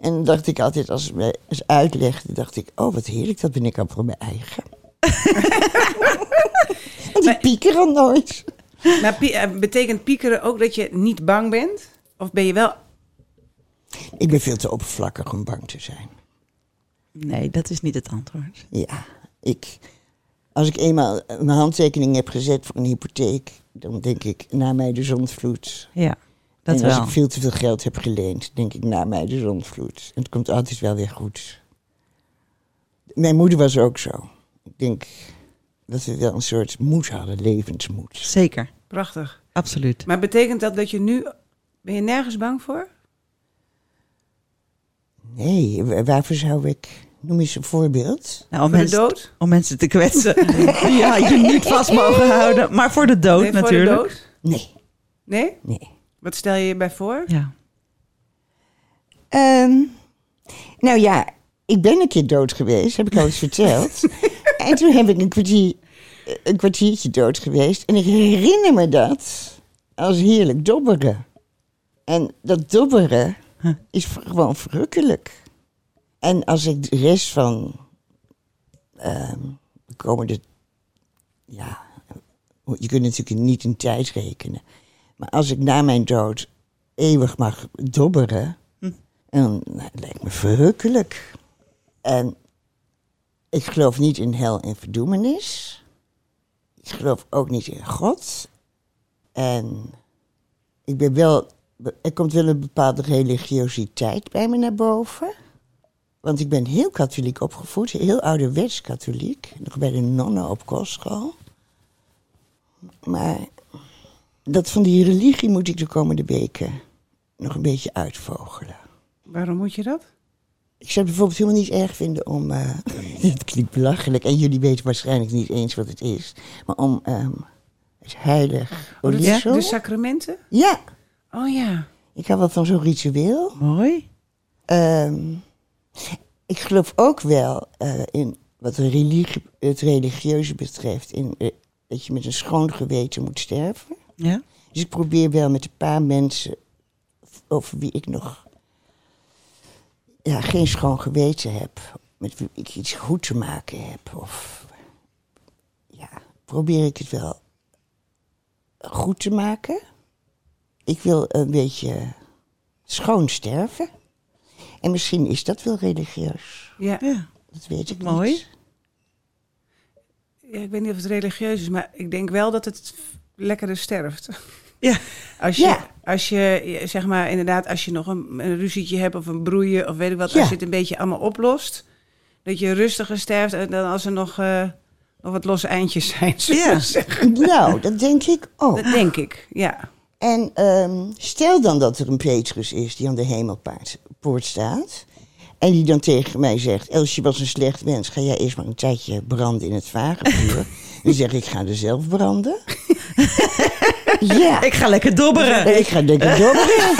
B: En dan dacht ik altijd, als ze mij eens uitlegde, dacht ik... Oh, wat heerlijk, dat ben ik al voor mijn eigen. en die piekeren nooit.
D: Maar pie- eh, betekent piekeren ook dat je niet bang bent? Of ben je wel...
B: Ik ben veel te oppervlakkig om bang te zijn.
A: Nee, dat is niet het antwoord.
B: Ja, ik. Als ik eenmaal een handtekening heb gezet voor een hypotheek, dan denk ik na mij de zondvloed.
A: Ja, dat
B: en als
A: wel.
B: ik veel te veel geld heb geleend, denk ik na mij de zondvloed. En het komt altijd wel weer goed. Mijn moeder was ook zo. Ik denk dat we wel een soort moed hadden, levensmoed.
A: Zeker,
D: Prachtig.
A: absoluut.
D: Maar betekent dat dat je nu... Ben je nergens bang voor?
B: Nee, wa- waarvoor zou ik. Noem eens een voorbeeld.
A: Nou, om,
D: Voor de
A: mensen,
D: dood?
A: om mensen te kwetsen. ja, je niet vast mogen houden. Maar voor de dood
D: Nee, voor de
A: natuurlijk.
D: dood?
B: Nee,
D: Nee?
B: nee.
D: Wat stel je je bij voor?
A: Ja.
B: Ehm, nou ja, ik ben een keer dood geweest, heb ik al eens verteld. en toen heb ik een, kwartier, een kwartiertje dood geweest. En ik herinner me dat als heerlijk dobberen. En dat dobberen is v- gewoon verrukkelijk. En als ik de rest van ehm, de komende... Ja, je kunt natuurlijk niet in tijd rekenen. Maar als ik na mijn dood eeuwig mag dobberen... En nou, het lijkt me verrukkelijk. En ik geloof niet in hel en verdoemenis. Ik geloof ook niet in God. En ik ben wel, er komt wel een bepaalde religiositeit bij me naar boven. Want ik ben heel katholiek opgevoed, heel ouderwets katholiek. Nog bij de nonnen op kostschool. Maar dat van die religie moet ik de komende weken nog een beetje uitvogelen.
D: Waarom moet je dat?
B: Ik zou het bijvoorbeeld helemaal niet erg vinden om. eh dit klinkt belachelijk en jullie weten waarschijnlijk niet eens wat het is. Maar om ehm, het heilig.
D: Oh, dat
B: ja?
D: is de sacramenten?
B: ja,
D: Oh ja.
B: ik hou wel van zo'n ritueel.
A: Mooi.
B: Ehm, ik geloof ook wel eh, in wat de religie, het religieuze betreft. In, eh, dat je met een schoon geweten moet sterven.
A: Ja.
B: Dus ik probeer wel met een paar mensen over wie ik nog ja, geen schoon geweten heb, met wie ik iets goed te maken heb, of ja, probeer ik het wel goed te maken. Ik wil een beetje schoon sterven. En misschien is dat wel religieus.
D: Ja.
A: ja.
B: Dat weet ik
A: Mooi.
B: niet.
D: ja. Ik weet niet of het religieus is, maar ik denk wel dat het lekkerder sterft.
A: Ja.
D: Als je,
B: Ja.
D: als je je- zeg maar inderdaad, als je nog een, een ruzietje hebt of een broeien of weet ik wat,
B: Ja.
D: als je het een beetje allemaal oplost, dat je rustiger sterft eh, dan als er nog, eh, nog wat losse eindjes zijn. zullen we
A: Ja.
D: zeggen.
B: Nou, dat denk ik ook.
D: Dat denk ik, ja.
B: En ehm, stel dan dat er een Petrus is die aan de hemelpoort poort staat. En die dan tegen mij zegt: Elsje was een slecht mens, ga jij eerst maar een tijdje branden in het vagevuur. dan zeg ik: Ik ga er zelf branden. ja.
A: Ik ga lekker dobberen.
B: En ik ga denken: dobberen.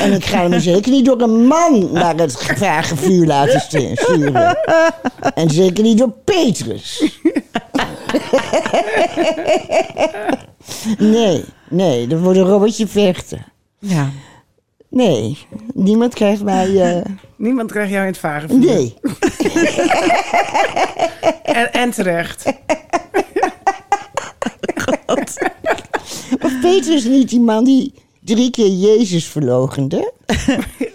B: en ik ga hem zeker niet door een man naar het vagevuur laten stu- sturen. En zeker niet door Petrus. Nee, nee, dat wordt een robotje vechten.
A: Ja.
B: Nee, niemand krijgt mij. eh,
D: Niemand krijgt jou in het varen.
B: nee.
D: En, en terecht.
B: Maar Peter is niet die man die drie keer Jezus verlogende.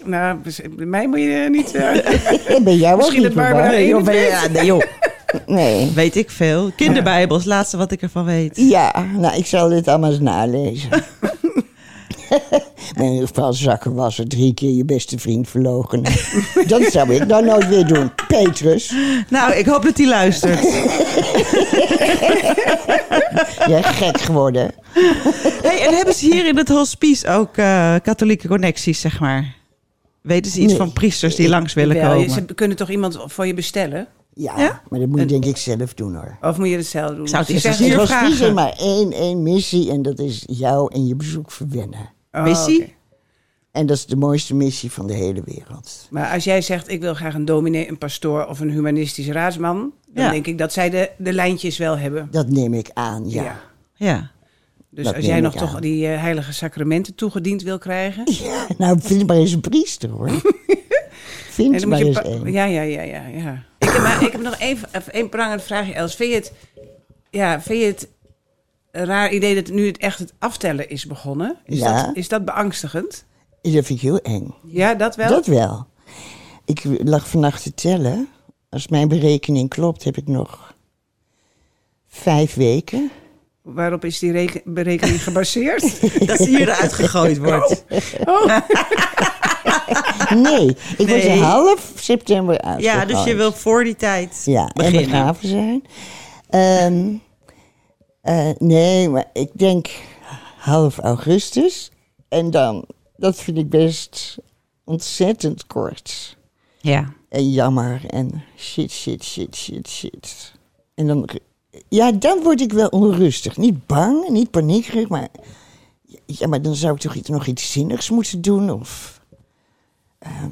D: Nou, dus mij moet je eh, niet... eh,
B: Bij jou ook
D: Misschien
B: niet,
D: dat Barbara
B: hoor.
D: Nee, joh, ben je-
A: ja, nee, joh.
B: Nee.
A: Weet ik veel. Kinderbijbels, laatste wat ik ervan weet.
B: Ja, nou, ik zal dit allemaal eens nalezen. Maar in ieder geval zakken was er drie keer je beste vriend verlogen. Dat zou ik nou nooit weer doen. Petrus,
A: Nou, ik hoop dat hij luistert.
B: jij gek geworden.
A: Hey, en hebben ze hier in het hospice ook eh, katholieke connecties, zeg maar? Weten ze iets
B: Nee.
A: van priesters die langs willen
D: wel, je-
A: komen?
D: Ze kunnen toch iemand voor je bestellen?
B: Ja,
A: Ja?
B: maar dat moet je denk ik zelf doen hoor.
D: Of moet je het zelf doen?
A: Ik zou het
D: Ze
A: eerst
D: zeggen-
A: eens Hier
B: Het was
A: vragen.
B: niet zomaar één, één missie en dat is jou en je bezoek verwennen.
D: Oh,
A: Missie?
D: oké.
B: En dat is de mooiste missie van de hele wereld.
D: Maar als jij zegt, ik wil graag een dominee, een pastoor of een humanistisch raadsman... dan
A: Ja.
D: denk ik dat zij de, de lijntjes wel hebben.
B: Dat neem ik aan, ja.
D: Ja.
A: Ja.
D: Dus
B: Dat
D: als jij
B: neem
D: nog
B: ik
D: toch
B: aan.
D: die eh, heilige sacramenten toegediend wil krijgen...
B: Ja, nou, vind maar eens een priester hoor.
D: En
B: vind maar
D: dan moet je
B: eens
D: pa-
B: één.
D: ja, ja, ja, ja. ja. Ik, heb, maar ik heb nog één, v- één prangend vraagje, Els. Vind je het, ja, vind je het een raar idee dat nu het echt het aftellen is begonnen? Is,
B: Ja.
D: dat, is dat beangstigend?
B: Dat vind ik heel eng.
D: Ja, dat wel?
B: Dat wel. Ik lag vannacht te tellen. Als mijn berekening klopt, heb ik nog vijf weken.
D: Waarop is die reken- berekening gebaseerd?
A: Dat ze hier eruit gegooid wordt.
B: Nee, ik was
A: Nee.
B: er half september uit.
A: Ja, dus je wil voor die tijd
B: Ja, en
A: beginnen.
B: begraven zijn. Ehm, eh, nee, maar ik denk half augustus. En dan, dat vind ik best ontzettend kort.
C: Ja.
B: En jammer en shit, shit, shit, shit, shit. En dan, ja, dan word ik wel onrustig. Niet bang, niet paniekerig, maar... Ja, maar dan zou ik toch iets- nog iets zinnigs moeten doen, of... ehm,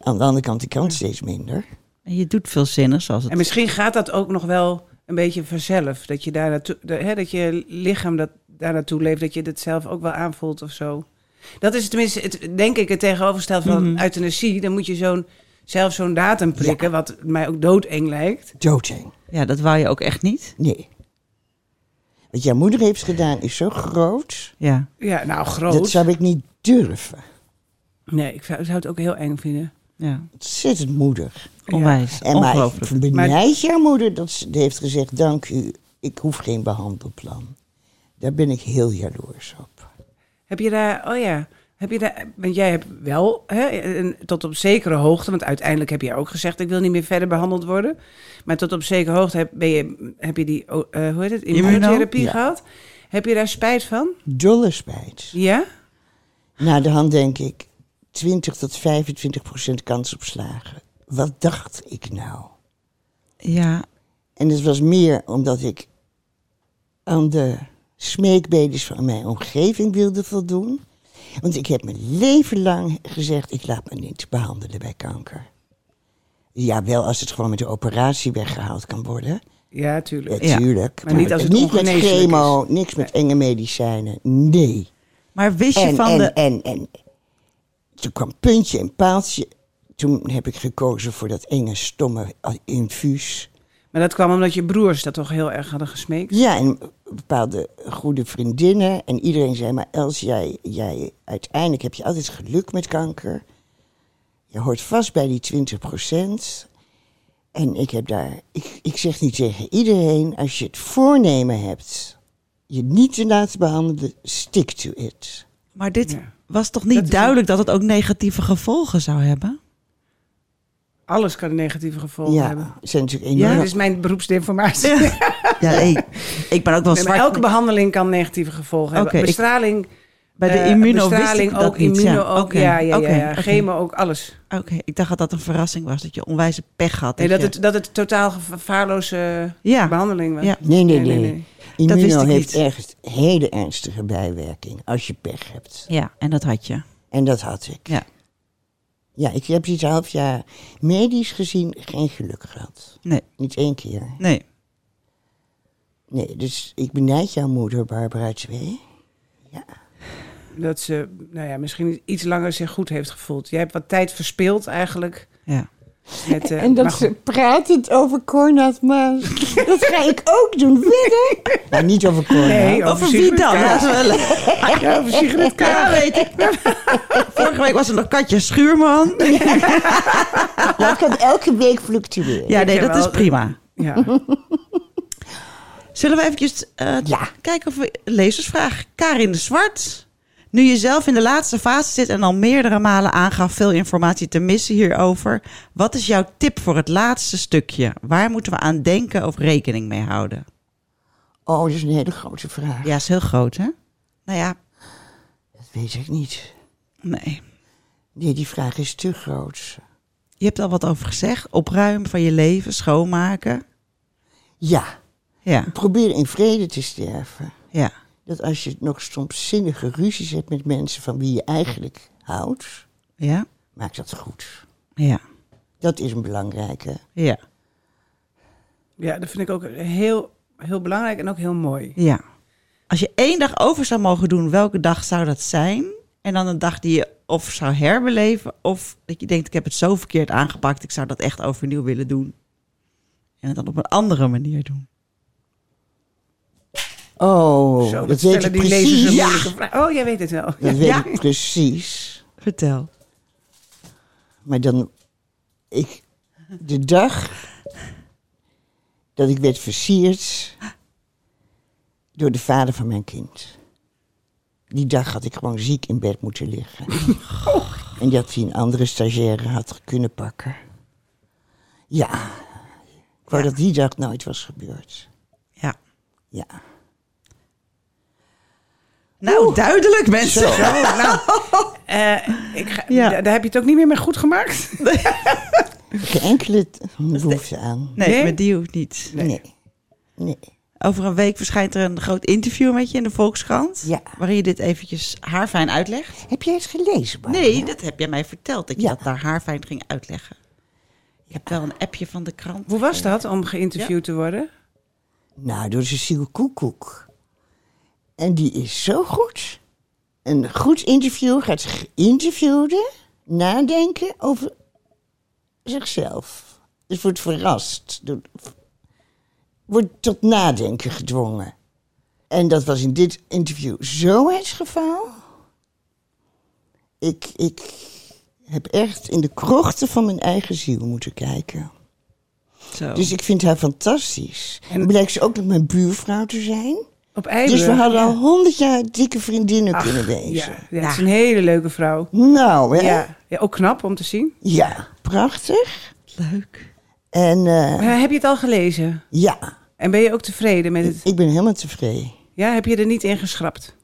B: aan de andere kant, ik kan steeds minder.
A: En je doet veel zinnen zoals
D: En
A: het...
D: misschien gaat dat ook nog wel een beetje vanzelf. Dat je, daar naartoe, de- hè, dat je lichaam dat daar naartoe leeft, dat je dat zelf ook wel aanvoelt of zo. Dat is tenminste, het, denk ik, het tegenovergestelde van euthanasie. Dan moet je zo'n, zelf zo'n datum prikken, wat mij ook doodeng lijkt.
B: Doodeng.
A: Ja, dat wou je ook echt niet.
B: Nee. Wat jouw moeder heeft gedaan is zo groot,
A: Ja.
D: Ja, nou,
B: dat
D: groot.
B: zou ik niet durven.
D: Nee, ik zou, zou het ook heel eng vinden.
A: Ja,
B: Ontzettend moeder.
A: onwijs.
B: En maar
A: Ongelooflijk.
B: ik benijd jouw moeder dat ze die heeft gezegd, dank u, ik hoef geen behandelplan. Daar ben ik heel jaloers op.
D: Heb je daar, oh ja, heb je daar, want jij hebt wel, hè, een- tot op zekere hoogte, want uiteindelijk heb je ook gezegd, ik wil niet meer verder behandeld worden. Maar tot op zekere hoogte heb, ben je, heb je die, oh, eh, hoe heet het,
A: Immuno?
D: immunotherapie
B: Ja.
D: gehad. Heb je daar spijt van?
B: Dolle spijt.
D: Ja?
B: Na de hand denk ik 20 tot 25 procent kans op slagen. Wat dacht ik nou?
A: Ja,
B: En het was meer omdat ik aan de smeekbedes van mijn omgeving wilde voldoen. Want ik heb mijn leven lang gezegd, ik laat me niet behandelen bij kanker. Ja, wel als het gewoon met de operatie weggehaald kan worden.
D: Ja, tuurlijk.
A: Ja.
B: Natuurlijk.
D: Maar niet als het
B: met
D: ongeneeslijk is.
B: chemo, niks met enge medicijnen. Nee.
A: maar wist je
B: En,
A: van
B: en,
A: de...
B: en, en toen kwam puntje en paaltje. Toen heb ik gekozen voor dat enge, stomme infuus.
D: Maar dat kwam omdat je broers dat toch heel erg hadden gesmeekt?
B: Ja, en bepaalde goede vriendinnen. En iedereen zei, maar Els, jij, jij, uiteindelijk heb je altijd geluk met kanker. Je hoort vast bij die 20 En ik heb daar, ik, ik zeg niet tegen iedereen, als je het voornemen hebt je niet te laten behandelen, stick to it.
A: Maar dit
D: Ja.
A: was toch
D: Dat
A: niet
D: is
A: duidelijk dat het ook negatieve gevolgen zou hebben?
D: Alles kan een negatieve gevolgen
B: ja,
D: hebben.
B: het zijn natuurlijk
D: Ja,
B: enorm.
D: dat is mijn beroepsdeformatie.
A: Ja, nee. Ik ben ook wel
D: Nee, maar
A: zwart.
D: elke behandeling kan negatieve gevolgen hebben.
A: Oké, ik-
D: bestraling,
A: Bij de
D: eh,
A: immuno wist
D: bestraling
A: ik dat
D: ook,
A: niet.
D: immuno
A: ja.
D: ook,
A: Oké,
D: ja, ja,
A: oké,
D: ja, ja.
A: oké.
D: chemo ook, alles.
A: Oké, ik dacht dat dat een verrassing was. Dat je onwijze pech had.
D: Nee, dat
A: je-
D: het, dat het totaal gevaarloze
A: Ja.
D: behandeling was.
A: Ja.
B: Nee, nee, nee.
A: Dat wist
B: Immuno
A: ik
B: heeft
A: niet.
B: echt hele ernstige bijwerking als je pech hebt.
A: Ja, en dat had je.
B: En dat had ik.
A: Ja.
B: Ja, ik heb dit half jaar medisch gezien geen geluk gehad.
A: Nee,
B: Niet één keer.
A: nee.
B: Nee, dus ik benijd jouw moeder, Barbara 2.
D: Dat ze nou ja, misschien iets langer zich goed heeft gevoeld. Jij hebt wat tijd verspild eigenlijk.
A: Ja.
D: Met, eh,
B: En
D: maar
B: dat
D: goed.
B: ze pratend over Cornat Maas. dat ga ik ook doen, willen. Nou, niet over Cornat.
D: Nee,
A: Over wie dan?
D: sigaretkaas.
A: Laten we-
D: Ja, over sigaretkaas.
A: Ja, weet ik. Vorige week was er nog Katje Schuurman.
B: Dat kan elke week fluctueren.
A: Ja, nee,
D: heb
A: dat is
D: wel-
A: prima.
D: Ja.
A: Zullen we eventjes eh,
B: Ja.
A: kijken of we... Lezersvraag. Karin de Zwart. Nu je zelf in de laatste fase zit en al meerdere malen aangaf veel informatie te missen hierover. Wat is jouw tip voor het laatste stukje? Waar moeten we aan denken of rekening mee houden?
B: Oh, dat is een hele grote vraag.
A: Ja, is heel groot, hè? Nou ja,
B: Dat weet ik niet.
A: nee.
B: Nee, die vraag is te groot.
A: Je hebt al wat over gezegd. Opruimen van je leven, schoonmaken.
B: Ja,
A: Ja,
B: probeer in vrede te sterven.
A: ja.
B: Dat als je nog stomzinnige ruzies hebt met mensen van wie je eigenlijk houdt,
A: Ja,
B: maak dat goed.
A: ja,
B: Dat is een belangrijke.
A: ja,
D: ja, dat vind ik ook heel, heel belangrijk en ook heel mooi.
A: ja. Als je één dag over zou mogen doen, welke dag zou dat zijn? En dan een dag die je of zou herbeleven, of dat je denkt, ik heb het zo verkeerd aangepakt, ik zou dat echt overnieuw willen doen. En het dan op een andere manier doen.
B: Oh,
D: Zo,
B: dat weet
D: stellen
B: ik
D: die lezers
B: precies.
D: een
B: Ja,
D: moeilijke vraag. Oh, jij weet het wel.
B: dat
D: Ja.
B: weet
A: Ja.
B: ik precies.
A: Vertel.
B: Maar dan, ik, de dag dat ik werd versierd door de vader van mijn kind. Die dag had ik gewoon ziek in bed moeten liggen. En dat hij een andere stagiaire had kunnen pakken. Ja, ik wou dat die dag nooit was gebeurd.
A: Ja.
B: Ja.
A: Nou, duidelijk mensen.
D: Eh, ik ga,
A: Ja.
D: da- Daar heb je het ook niet meer mee goed gemaakt.
B: Geen enkele t- behoefte aan.
A: Nee,
D: Nee?
A: met die hoeft niet.
B: Nee. Nee.
A: Over een week verschijnt er een groot interview met je in de Volkskrant.
B: Ja.
A: Waarin je dit eventjes haarfijn uitlegt.
B: Heb jij het gelezen, Barbara?
A: Nee, dat heb jij mij verteld, dat je
B: Ja.
A: dat daar haarfijn ging uitleggen. Je hebt wel een appje van de krant.
D: Hoe was dat om geïnterviewd te worden?
B: Nou, door Cecile Koekoek. En die is zo goed. Een goed interview gaat geïnterviewde nadenken over zichzelf. Dus wordt verrast. door- Wordt tot nadenken gedwongen. En dat was in dit interview zo het geval. Ik, ik heb echt in de krochten van mijn eigen ziel moeten kijken.
D: Oh.
A: Zo.
B: Dus ik vind haar fantastisch. En blijkt ze ook nog mijn buurvrouw te zijn.
D: Op IJmuiden?
B: Dus we hadden al honderd jaar dikke vriendinnen kunnen
D: Ja,
B: wezen.
D: ja, het is een hele leuke vrouw.
B: Nou, hè? Ja.
D: Ja. ja, ook knap om te zien.
B: prachtig.
A: Leuk.
B: En eh,
D: Maar heb je het al gelezen?
B: ja,
D: En ben je ook tevreden met het?
B: ik ben helemaal tevreden.
D: Ja, heb je er niet in geschrapt?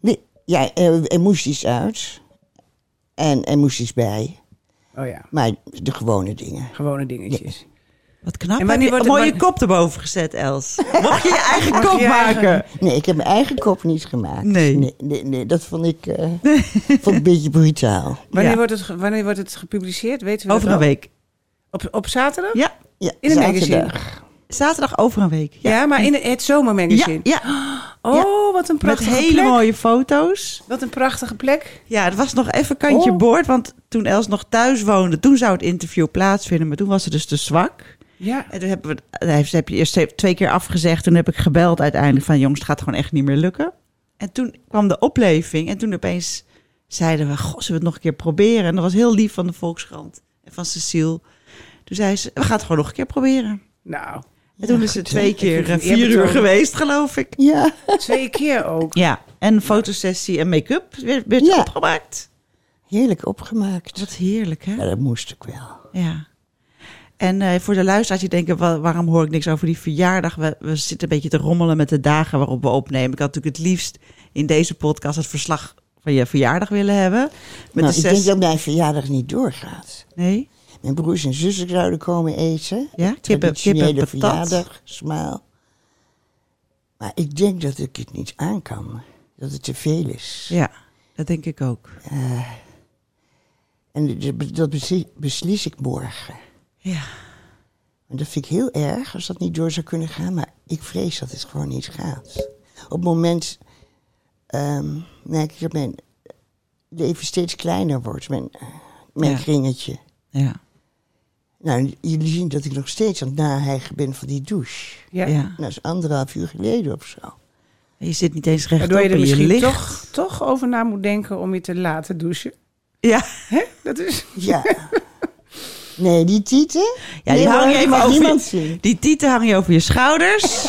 B: Nee, Ja, eh, er, er moest iets uit. En er moest iets bij.
D: Oh ja,
B: Maar de gewone dingen.
D: gewone dingetjes.
A: Wat knap.
D: En
A: En
D: wanneer
A: heb je
D: wordt
A: een mooie
D: het-
A: kop erboven gezet, Els. Mocht je je eigen
D: Mag je
A: kop
D: je eigen-
A: maken.
B: Nee, ik heb mijn eigen kop niet gemaakt.
A: Nee.
B: Nee, nee, nee, dat vond ik, eh, vond ik een beetje brutaal.
D: Wanneer,
A: Ja.
D: wordt het, ge- wanneer wordt het gepubliceerd? Weten we
A: Over
D: dat
A: een
D: al?
A: week.
D: Op, op zaterdag?
A: Ja,
B: Ja,
D: In een magazine.
B: zaterdag.
A: zaterdag over een week.
D: Ja,
A: Ja,
D: maar in het
A: ja.
D: zomermagazine.
A: ja.
D: Oh, wat een
A: Met
D: prachtige
A: hele
D: plek.
A: mooie foto's.
D: Wat een prachtige plek.
A: Ja, het was nog even kantje
B: Oh.
A: boord. Want toen Els nog thuis woonde, toen zou het interview plaatsvinden. Maar toen was ze dus te zwak.
D: Ja.
A: En toen hebben we, hij heeft- heb je eerst twee keer afgezegd. Toen heb ik gebeld uiteindelijk van jongens, het gaat gewoon echt niet meer lukken. En toen kwam de opleving en toen opeens zeiden we, goh, zullen we het nog een keer proberen? En dat was heel lief van de Volkskrant en van Cecile. Toen zei ze, we gaan het gewoon nog een keer proberen.
D: Nou,
A: En toen is het twee keer eh,
D: het
A: vier uur
D: eerbetoon.
A: geweest, geloof ik.
B: Ja,
D: twee keer ook.
A: Ja, en een fotosessie en make-up werd, werd
B: Ja.
A: opgemaakt.
B: heerlijk opgemaakt.
A: Wat heerlijk, hè?
B: Ja, dat moest ik wel.
A: Ja. En eh, voor de luisteraars die denken, wa- waarom hoor ik niks over die verjaardag? We, we zitten een beetje te rommelen met de dagen waarop we opnemen. Ik had natuurlijk het liefst in deze podcast het verslag van je verjaardag willen hebben. Met
B: Nou,
A: de
B: ik
A: zes...
B: denk dat mijn verjaardag niet doorgaat.
A: Nee?
B: Mijn broers en zussen zouden komen eten.
A: Ja, kippen,
B: Traditionele
A: kippen, patat.
B: verjaardag, smaal. Maar ik denk dat ik het niet aan kan. Dat het te veel is.
A: Ja, dat denk ik ook.
B: En de- dat besli- beslis ik morgen.
A: Ja.
B: En dat vind ik heel erg als dat niet door zou kunnen gaan. Maar ik vrees dat het gewoon niet gaat. Op het moment ehm, merk ik dat mijn leven steeds kleiner wordt. Mijn, mijn
A: Ja.
B: kringetje.
A: Ja.
B: Nou, jullie zien dat ik nog steeds aan het nahijgen ben van die douche.
D: Ja.
A: Ja.
B: Dat is anderhalf uur geleden of zo.
A: Je zit niet eens rechtop
D: Waardoor je er
A: en je
D: misschien
A: ligt.
D: toch, toch over na moet denken om je te laten douchen.
A: Ja.
D: Hè? Dat is...
B: Ja. nee, die tieten.
A: Ja, die
B: nee,
A: hang
B: maar
A: je
B: dat
A: even
B: mag
A: over
B: niemand
A: je-
B: zien.
A: Die tieten hang je over je schouders.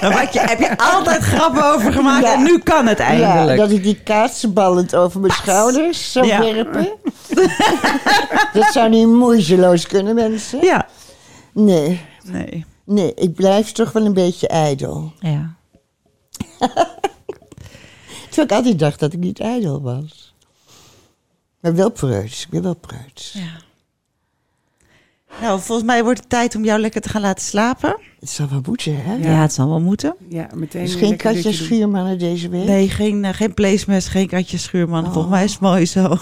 A: Daar maak je, heb je altijd grappen over gemaakt.
B: Ja.
A: En nu kan het
B: Ja,
A: eindelijk.
B: dat ik die kaatsenballend over mijn schouders zou
A: Ja.
B: werpen. dat zou niet moeiteloos kunnen, mensen.
A: Ja.
B: Nee,
A: Nee.
B: nee, ik blijf toch wel een beetje ijdel.
A: Ja.
B: Terwijl ik altijd dacht dat ik niet ijdel was. Maar wel preuts, ik ben wel preuts.
A: Nou, volgens mij wordt het tijd om jou lekker te gaan laten slapen.
B: Het zal wel moeten, hè?
A: Ja, het zal wel moeten.
D: Ja, meteen
B: Dus
D: een
B: geen
D: lekker
B: katjes
D: dutje doen.
B: schuurmannen deze week?
A: Nee, geen, eh, geen placemest, geen katje schuurman. Volgens mij is het mooi zo. of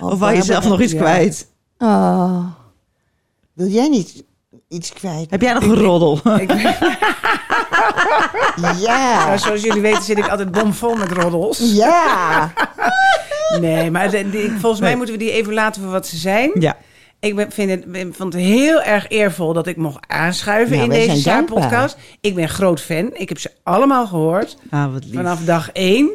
A: wou je
B: Barbara,
A: zelf nog iets
D: ja.
A: kwijt?
B: Oh. Wil jij niet iets kwijt?
A: Heb jij nog een roddel?
B: Ja, Oh.
D: Nou, zoals jullie weten zit ik altijd bomvol met roddels.
B: ja.
D: Nee, maar de- die- volgens mij moeten we die even laten voor wat ze zijn.
A: ja.
D: Ik ben, vind het, ben- vond het heel erg eervol dat ik mocht aanschuiven
B: Nou,
D: in
B: wij
D: deze
B: zijn dankbaar.
D: Saar-podcast. Ik ben groot fan. Ik heb ze allemaal gehoord.
A: Ah, wat lief.
D: Vanaf dag één.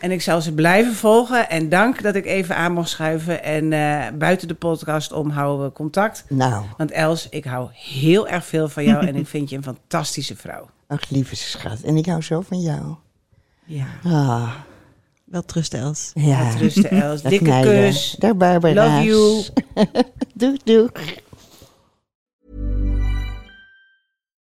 D: En ik zal ze blijven volgen. En dank dat ik even aan mocht schuiven. En eh, buiten de podcast om houden we contact.
B: Nou,
D: Want Els, ik hou heel erg veel van jou. en ik vind je een fantastische vrouw.
B: ach lieve schat. En ik hou zo van jou.
D: Ja.
B: Ah,
A: Wel trust, Els.
B: ja.
D: Rusten, Els.
B: Dag,
D: Dikke
B: meiden.
D: kus.
B: Dag Barbara.
D: Love you.
B: Doeg, doeg.